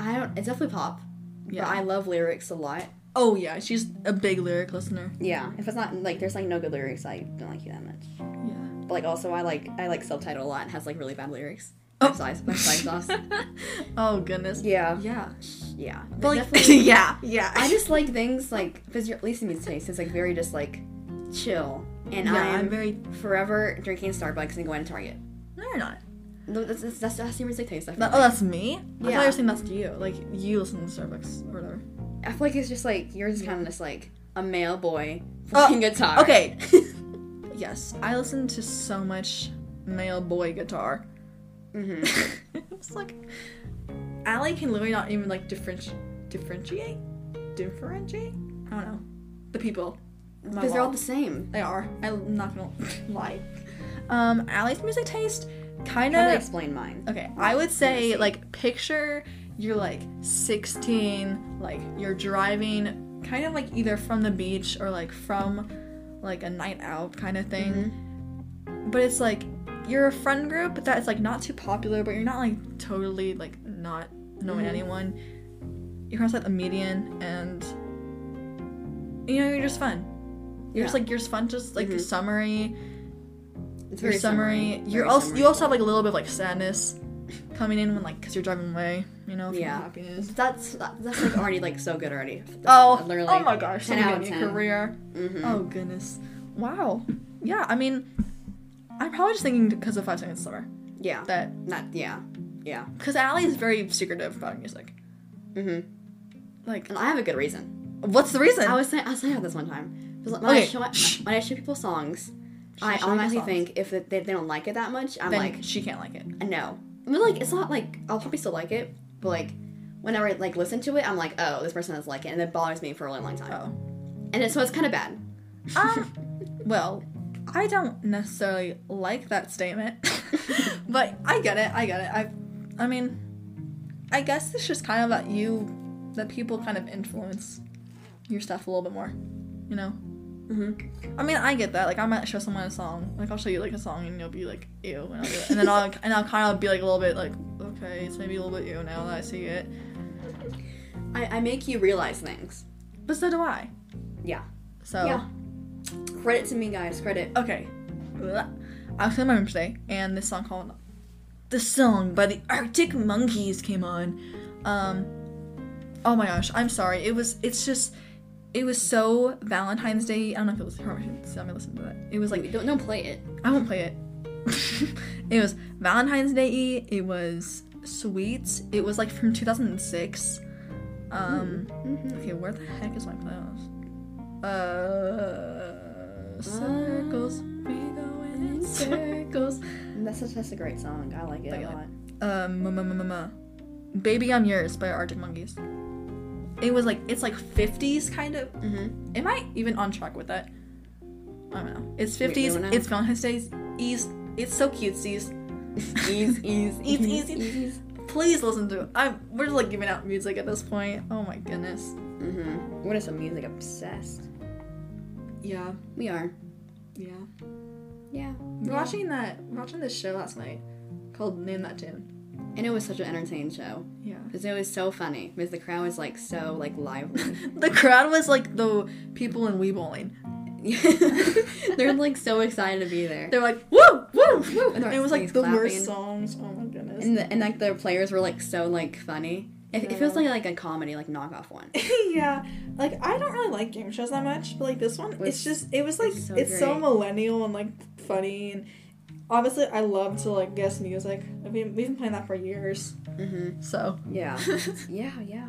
I don't. It's definitely pop.
Yeah.
But I love lyrics a lot.
Oh yeah, she's a big lyric listener.
Yeah. If it's not like there's like no good lyrics, I don't like you that much.
Yeah.
But like also I like I like subtitle a lot and has like really bad lyrics.
Oh.
Oh. Size, like size sauce.
Oh goodness.
Yeah.
Yeah.
Yeah.
But like,
definitely.
yeah, yeah.
I just like things like because your at least in music taste is like very just like chill and
yeah,
I'm,
I'm very.
forever drinking Starbucks and going to Target.
No, you're not.
No, That's that's, that's, that's your music taste. I feel,
That- oh,
like.
that's me. I thought you
Yeah.
were saying that's you. Like you listen to Starbucks or whatever.
I feel like it's just like you're just kind of just like a male boy playing guitar.
Okay. yes, I listen to so much male boy guitar.
hmm
it's like Allie can literally not even like differenti- differentiate, differentiate. I don't know the people. My
Because they're all
wall.
the same.
They are. I'm not gonna lie. Um, Allie's music taste kind
How do I
of
explain mine?
Okay, I would say like picture you're like 16, like you're driving kind of like either from the beach or like from like a night out kind of thing. But it's like you're a friend group that's like not too popular, but you're not like totally like not knowing anyone. You're kind of like the median and you know, you're just fun. You're just
Yeah.
like you're just fun, just like summary
It's
your summary.
very summary.
You're
Very
also
summary.
you also have like a little bit of like sadness coming in when like because you're driving away, you know, from
Yeah.
happiness.
That's that- that's like already like so good already. That's
Oh,
literally
oh my gosh,
ten
something
out
in
of
your
ten.
career.
Mhm.
Oh goodness, wow. Yeah, I mean, I'm probably just thinking because of Five Seconds to Summer
Yeah,
that
not yeah, yeah.
because Allie is very secretive about music.
Mhm.
Like,
And I have a good reason.
what's the reason?
I was saying I was saying about this one time. 'Cause, like, when,
Okay,
I show,
shh.
when I show people songs, I
showing you
honestly
songs.
think if they, they don't like it that much, I'm
then
like "Uh,
she can't like it.
no. I mean, like it's not like I'll probably still like it, but like whenever I like listen to it, I'm like oh this person doesn't like it, and it bothers me for a really long time.
Oh.
And it, so it's kind of bad.
Um, well, I don't necessarily like that statement, but I get it. I get it. I, I mean, I guess it's just kind of that you, that people kind of influence your stuff a little bit more, you know.
Mhm.
I mean, I get that. Like, I might show someone a song. Like, I'll show you like a song, and you'll be like, "Ew," and, I'll be like, and then I'll and I'll kind of be like a little bit like, "Okay, it's maybe a little bit ew now that I see it."
I, I make you realize things.
But so do I.
Yeah.
So
Yeah. Credit to me, guys. Credit.
Okay. Blah. I was in my room today, and this song called "The Song" by the Arctic Monkeys came on. Um, oh my gosh, I'm sorry. It was. It's just. It was so Valentine's Day. I don't know if it was. Let me listen to that. It was like
Like, don't don't play it.
I won't play it. it was Valentine's Day. It was sweet. It was like from 2006. Um, okay, where the heck is my playlist? Uh, circles. We go in circles.
That's such, that's a great song. I like it
Like it.
a lot.
Um, ma- ma- ma- ma- ma. Baby I'm Yours by Arctic Monkeys. It was like it's like 50s kind of.
Mm-hmm.
Am I even on track with that? I don't know. It's
Wait,
50s.
we don't know.
It's Valentine's Day's. Ease. It's so cutesies.
Ease, ease,
Ease, ease,
Mm-hmm.
ease,
ease.
ease.
Please listen to it. I'm we're just like giving out music at this point. Oh my goodness.
Mm-hmm. What is some music obsessed?
Yeah,
We are.
yeah.
Yeah.
We're watching that we're watching this show last night called Name That Tune.
And it was such an entertaining show
Yeah.
because it was so funny because the crowd was like so like lively.
The crowd was like the people in Wii bowling.
They're like so excited to be there.
They're like, woo, woo, woo.
And
And
they're
it was like
always
the
clapping.
worst songs. Oh my goodness.
And, the, and like the players were like so like funny. It, it feels like like a comedy, like knockoff one.
yeah, like I don't really like game shows that much, but like this one,
Was-
it's just it was like
it's
it's,
so
so,
great.
millennial and like funny and obviously I love to like guess music. I mean we've been playing that for years.
hmm
So
Yeah, yeah, yeah.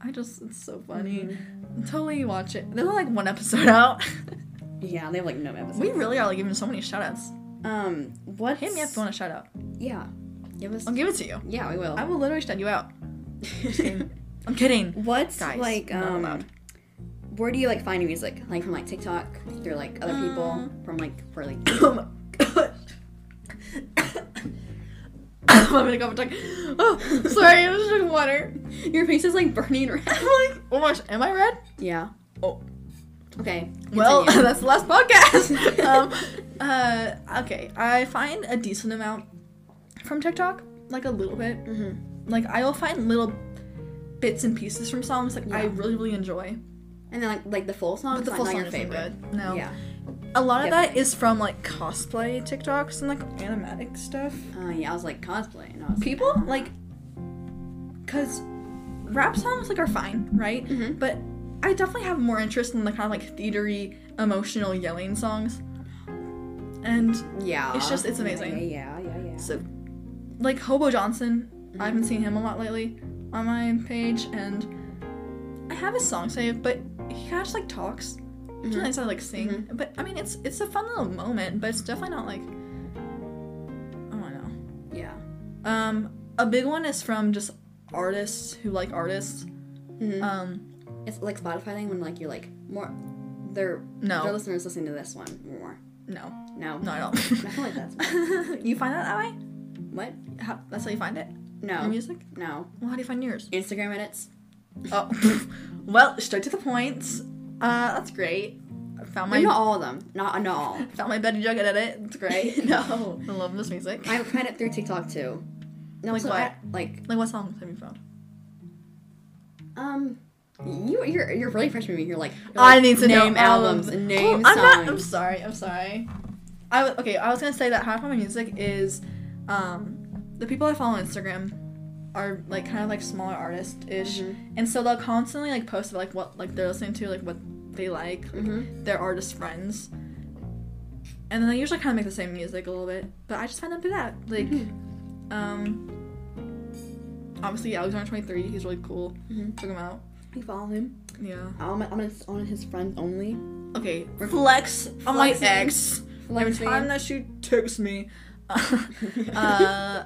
I just it's so funny. Totally watch it. There's only like one episode out.
Yeah, they have like no episodes.
we really are like giving so many shout outs.
um, what?
Hit me up if you want a shout out.
Yeah, give us.
I'll give it to you.
Yeah, we will.
I will literally shout you out. I'm kidding.
What's
Guys,
like
not
um
allowed.
where do you like find your music? Like from like TikTok through like other
Uh.
people from like for like
Oh my god. I'm gonna go and talk. Oh, sorry, I was drinking water.
your face is like burning red.
I'm like, oh my gosh, am I red?
Yeah.
Oh.
Okay.
Well,
continue.
that's the last podcast. um, uh, okay, I find a decent amount from TikTok, like a little bit.
Mhm.
Like I will find little bits and pieces from songs like I
Yeah.
really really enjoy,
and then like like the full song.
but the
not,
full
not
song
your
isn't
favorite.
good. No,
Yeah.
a lot of that
Definitely.
is from like cosplay TikToks and like animatic stuff.
Uh, yeah, I was like cosplay, and I was
People like, cause rap songs like are fine, right?
Mhm.
But I definitely have more interest in the kind of like theatery, emotional yelling songs. And
yeah.
It's just- it's amazing.
Yeah, yeah, yeah. yeah.
So, like Hobo Johnson, I haven't seen him a lot lately on my page, and I have his song saved, but he kind of just like talks. Sometimes I like sing, but I mean it's it's a fun little moment, but it's definitely not like I don't
yeah.
know. Um, a big one is from just artists who like artists.
Mhm.
Um,
It's like Spotify thing when like you're like more. Their
No.
their listeners listening to this one more.
no,
No.
not at all.
I feel like that's
you find that that way?
what?
How, that's how you find it? Your
No.
music?
No.
Well, how do you find yours?
Instagram edits.
Oh, well, straight to the point. Uh, that's great. I found my
Not all of them. Not uh, not all.
found my Betty Jughead edit. It's great.
no.
I love this music.
I've tried it through TikTok too. No,
Like
so
what?
I, like
like, what songs have you found?
um, you you're you're really fresh with me. You're like, you're
I
like,
need to
name
know
albums,
all of-
and name
Oh, I'm
songs.
not. I'm sorry. I'm sorry. I w- okay. I was gonna say that half of my music is, um, the people I follow on Instagram are like kind of like smaller artist ish,
Mm-hmm.
and so they'll constantly like post about, like what like they're listening to, like what they like, like
Mm-hmm.
their artist friends, and then they usually kind of make the same music a little bit. But I just find them through that, like,
Mm-hmm.
um, obviously Alexander Twenty Three, he's really cool.
Mm-hmm.
Check him out.
You follow him.
Yeah.
I'm on his on his friends only.
Okay, flex on my
Flexing.
ex. Every
Flexing.
time that she texts me. uh,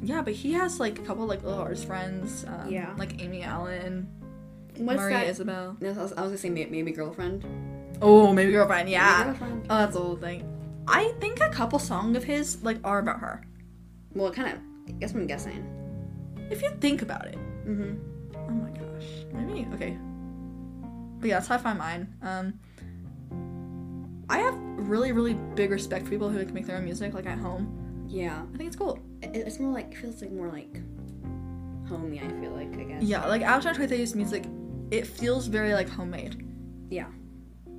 yeah, but he has like a couple like little artist friends. Um,
Yeah.
Like Amy Allen,
What's
Maria
that?
Isabel.
No, I was, I was gonna say maybe, maybe girlfriend. Maybe
Oh, maybe girlfriend. Yeah.
girlfriend.
Oh, that's the whole thing. I think a couple songs of his like are about her.
Well, kind of. Guess what I'm guessing.
If you think about it.
Mm-hmm.
Oh my gosh. Maybe okay. But yeah, that's how I find mine. Um I have really, really big respect for people who like make their own music like at home.
Yeah.
I think it's cool.
It, it's more like feels like more like homey. I feel like I guess.
Yeah, like Alexander Twenty's music, it feels very like homemade.
Yeah.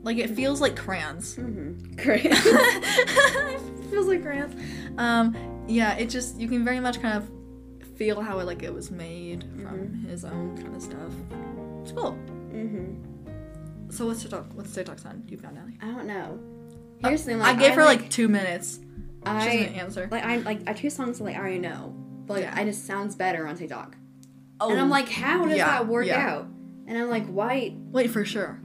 Like it feels like crayons.
Mm-hmm. Great.
it feels like crayons. Um, yeah, it just you can very much kind of feel how it like it was made from his own kind of stuff. It's cool.
mm-hmm.
So what's TikTok? What's TikTok's on? You found Allie.
I don't know. Here's the thing. Like,
I gave her like, two minutes. She
I
doesn't answer.
like I like I choose songs that like I already know, but like
Yeah.
I just sounds better on TikTok.
oh,
And I'm like, how does
yeah,
that work
yeah.
out? And I'm like, why?
wait for sure.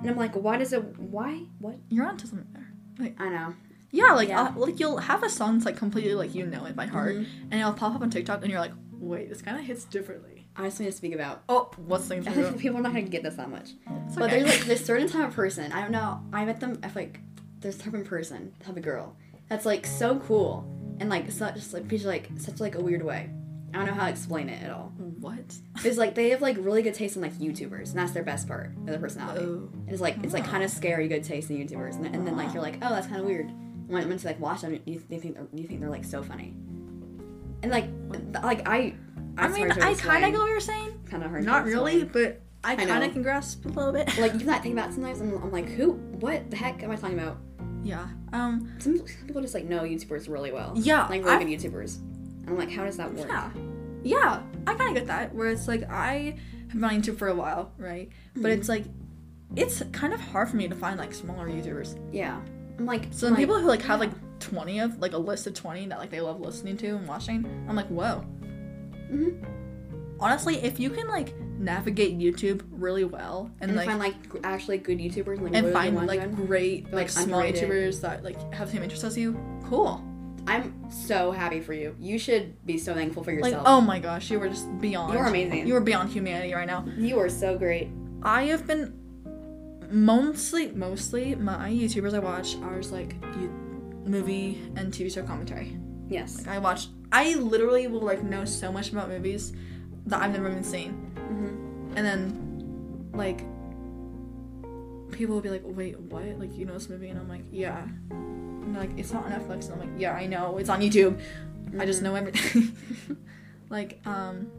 And I'm like, why does it? Why? What?
You're onto something there.
I know.
Yeah, like
Yeah.
uh, like you'll have a song that's like completely like you know it by heart,
Mm-hmm.
and it'll pop up on TikTok, and you're like, wait, this kind of hits differently.
I just need to speak about.
Oh, what's things
I
like
think people are not gonna get this that much. But
okay.
there's like this certain type of person. I don't know. I met them. I feel like there's type of person, type of girl that's like so cool and like such like she's, like such like a weird way. I don't know how to explain it at all.
what?
It's like they have like really good taste in like YouTubers, and that's their best part of their personality.
Oh.
And it's like it's like kind of scary good taste in YouTubers, and, and then like you're like, oh, that's kind of weird. And when once you like watch them, you, you think they're, you think they're like so funny, and like th- like I.
I mean, I kind of go what you're saying.
Kind of hard. to
Not really,
explain.
but I kind
know.
of can grasp a little bit.
Like you might think about it sometimes, and I'm like, who? What the heck am I talking about?
yeah. Um.
Some, some people just like know YouTubers really well.
Yeah,
Like
I-
really good YouTubers. And I'm like, how does that work?
Yeah. yeah, I kind of get that. Where it's like I have been on YouTube for a while, right? But it's like it's kind of hard for me to find like smaller YouTubers.
Yeah. I'm like,
So then
I'm like,
people who like have like twenty of like a list of twenty that like they love listening to and watching, I'm like, whoa. Mm-hmm.
Mhm.
Honestly, if you can like navigate YouTube really well and,
and
like
find like g- actually good YouTubers and, like,
and
really
find
watch
like
them.
great like,
They're, like,
small
underrated.
YouTubers that like have the same interests as you, cool.
I'm so happy for you. You should be so thankful for
Like
yourself.
oh my gosh, you were just beyond.
You're amazing.
You are beyond humanity right now.
you are so great.
I have been mostly mostly my YouTubers I watch are just like you, movie and TV show commentary.
Yes.
I watched. I literally will like know so much about movies that I've never even seen,
Mm-hmm.
and then like people will be like, "Wait, what? Like you know this movie?" And I'm like, "Yeah." And they're like, "It's not on Netflix," and I'm like, "Yeah, I know. It's on YouTube. I just
Mm-hmm.
know everything." like, um,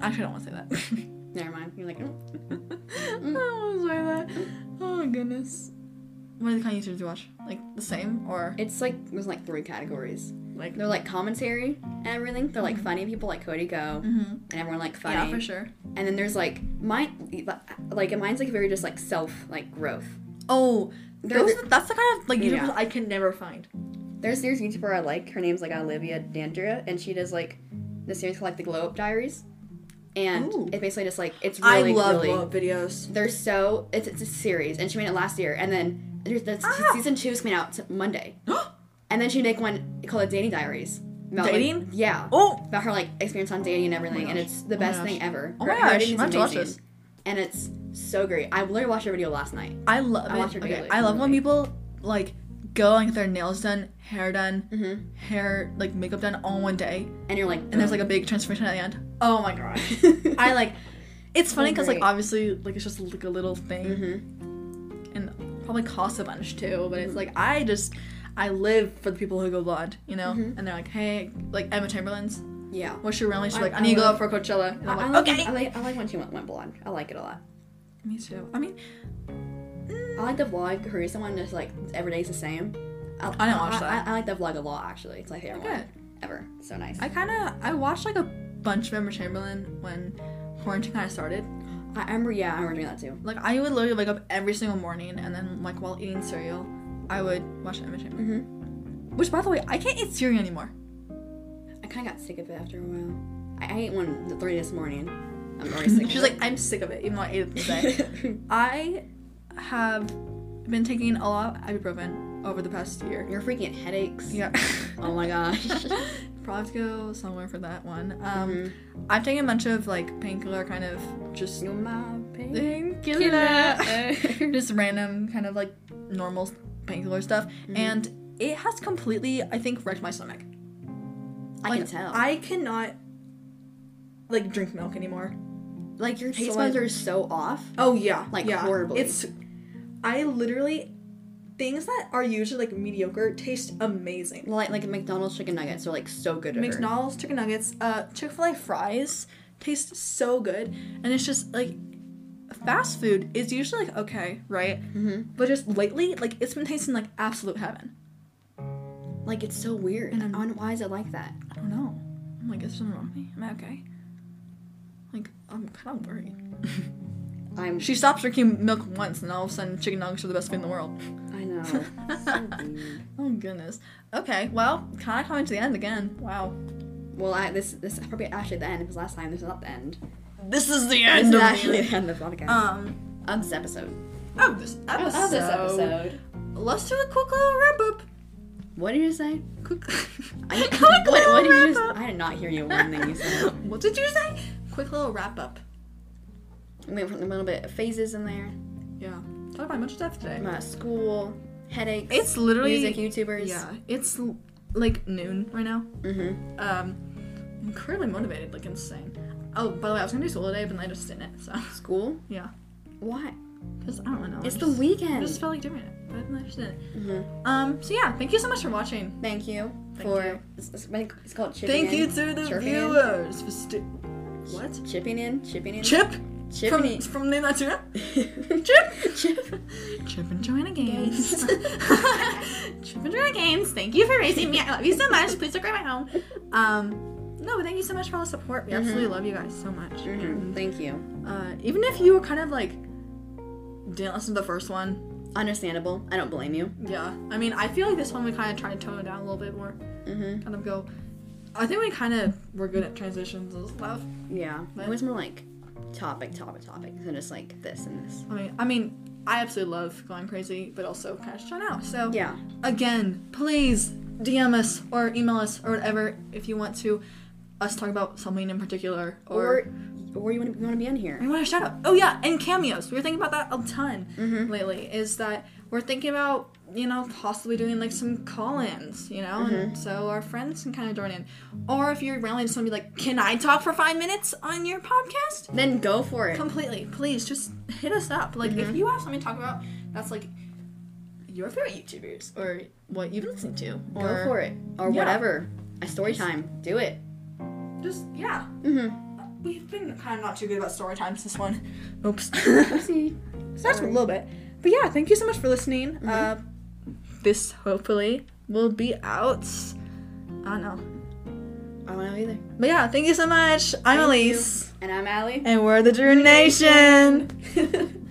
actually, I don't want to say that.
Never mind. You're like, mm.
I don't want to say that. Oh my goodness. What are the kind of YouTubers you watch? Like the same or
it's like there's like three categories.
like?
They're like commentary and everything. They're like funny people like Cody Go
Mm-hmm.
and everyone like
Yeah,
funny.
for sure.
And then there's like mine, like mine's like very just like self like growth.
Oh,
They're-
those, that's the kind of like YouTubers
Yeah.
I can never find.
There's there's a YouTuber I like. Her name's like Olivia Dandria, and she does like the series called like the Glow Up Diaries, and
Ooh.
it's basically just like it's really
I love
really.
blow-up videos.
They're so it's it's a series, and she made it last year, and then there's that's
Ah!
season two is coming out t- Monday, and then she make one called the Dating Diaries. About, like-
Dating?
yeah.
oh,
About her like experience on dating and everything, and
gosh.
it's the
Oh my
best
gosh.
thing ever.
Oh my
Her- her
gosh,
editing's
I have to watch
amazing,
this.
And it's so great. I literally watched her video last night.
I love
I
it.
watch her
Okay,
daily,
I love when
really.
people like go and get their nails done, hair done,
Mhm.
hair like makeup done all in one day,
And you're like,
and there's like a big transformation at the end. Oh my god!
a,
I like. It's funny because like
great.
obviously like it's just like a little thing,
Mm-hmm.
and probably costs a bunch too. But it's like I just I live for the people who go blonde, you know.
Mm-hmm.
And they're like, hey, like Emma Chamberlain's.
yeah.
What's your reality? She's
I-
like, I,
I
need to go
love-
out for Coachella. And I'm
I, I
like,
like,
okay.
I like I like when she went, went blonde. I like it a lot.
Me too. I mean,
I like the vlog. Her recent one just like every day's the same. I,
I didn't watch
I,
that.
I, like the vlog a lot actually. It's my favorite
Okay.
one ever. So nice.
I kind of I watched like a bunch of Emma Chamberlain when quarantine kind of started.
I remember. Yeah, I remember doing that too.
Like I would literally wake up every single morning and then like while eating cereal, I would watch Emma Chamberlain. Which by the way, I can't eat cereal anymore.
I kind of got sick of it after a while. I, I ate one the three this morning. I'm already sick. of
She's
it.
like, I'm sick of it, even though I ate it today. I have been taking a lot of ibuprofen over the past year.
you're freaking headaches.
Yeah.
Oh my gosh.
Probably have to go somewhere for that one. Um,
Mm-hmm.
I've taken a bunch of like painkiller kind of just
You're my baby.
painkiller. just random kind of like normal painkiller stuff
Mm-hmm.
and it has completely i think wrecked my stomach
I
like
can tell.
i cannot like drink milk anymore
like your taste
so
buds
I-
are so off.
oh yeah
Like,
yeah.
horribly.
it's i literally things that are usually like mediocre taste amazing
Like like McDonald's chicken nuggets are like so good. to her.
mcdonald's chicken nuggets uh chick-fil-a fries taste so good and it's just like fast food is usually like okay right mm-hmm. but just lately like it's been tasting like absolute heaven
Like it's so weird. And
I'm-
I wonder why is it like that.
I don't know. I'm like, is something wrong with me? Am I okay? Like, I'm kind of worried.
I'm.
She stopped drinking milk once, and all of a sudden, chicken nuggets are the best food in the world.
I know.
Oh goodness. Okay, well, kind of coming to the end again. Wow.
Well, I, this this is probably actually the end because last time this is not the end.
This is the
This
end.
is
of
actually the end of the podcast
um
of this episode.
of this episode.
Of this episode.
Let's do a quick little wrap up.
What did you say?
Quick.
I,
quick
what,
little
what did you?
wrap
Just, I did not hear you one thing you said.
up. What did you say? Quick little wrap up.
We went from a little bit of phases in there.
Yeah. Talk about much stuff today.
My school headaches.
It's literally
music YouTubers.
Yeah, it's l- like noon right now.
Mm-hmm.
Um, I'm currently motivated, like insane. Oh, by the way, I was gonna do solo day, but then I just didn't. So
School.
yeah,
What?
because I don't know.
It's
I
the
just- I
weekend.
just felt like doing it, but then I just didn't.
Mhm.
Um, so yeah, thank you so much for watching.
Thank you
Thank
for.
you.
It's, it's- I think it's called chipping
Thank
in.
you to the
Chirping in.
viewers for sti- what
Chipping in. Chipping in.
Chip
Chipping
from
in.
from Name That Tuna.
Chip. Chip.
Chip and Joanna Games.
Games.
Chip and Joanna Games. Thank you for raising me. I love you so much. Please don't cry my home. Um, No, but thank you so much for all the support. We
Mm-hmm.
absolutely love you guys so much.
Thank you.
Uh, even if you were kind of like didn't listen to the first one,
Understandable. I don't blame you.
yeah. I mean, I feel like this one we kind of tried to tone it down a little bit more.
Mm-hmm.
Kind of go. I think we kind of were good at transitions and stuff.
Yeah. It was more like topic, topic, topic, than just like this and this.
I mean, I mean, I absolutely love going crazy, but also kind of out. So
Yeah.
again, please DM us or email us or whatever if you want to us talk about something in particular or,
Or or you want to you want to be on here?
I want to shout out. Oh yeah, and cameos. We were thinking about that a ton lately. Is that we're thinking about you know possibly doing like some call-ins, you know, and so our friends can kind of join in. Or if you're randomly just want to be like, can I talk for five minutes on your podcast?
Then go for it.
Completely, please just hit us up. Like if you have something to talk about, that's like your favorite YouTubers or what you've been listening to, or
go for it. Or
Yeah.
whatever. A story time. Do it.
just yeah.
Mm-hmm.
We've been kind of not too good about story times this one. Oops.
See.
So that's a little bit. But yeah, thank you so much for listening. Uh, this hopefully will be out. I don't know.
I don't know either.
But yeah, thank you so much. I'm Elise,
And I'm Allie.
and we're the Drew Nation.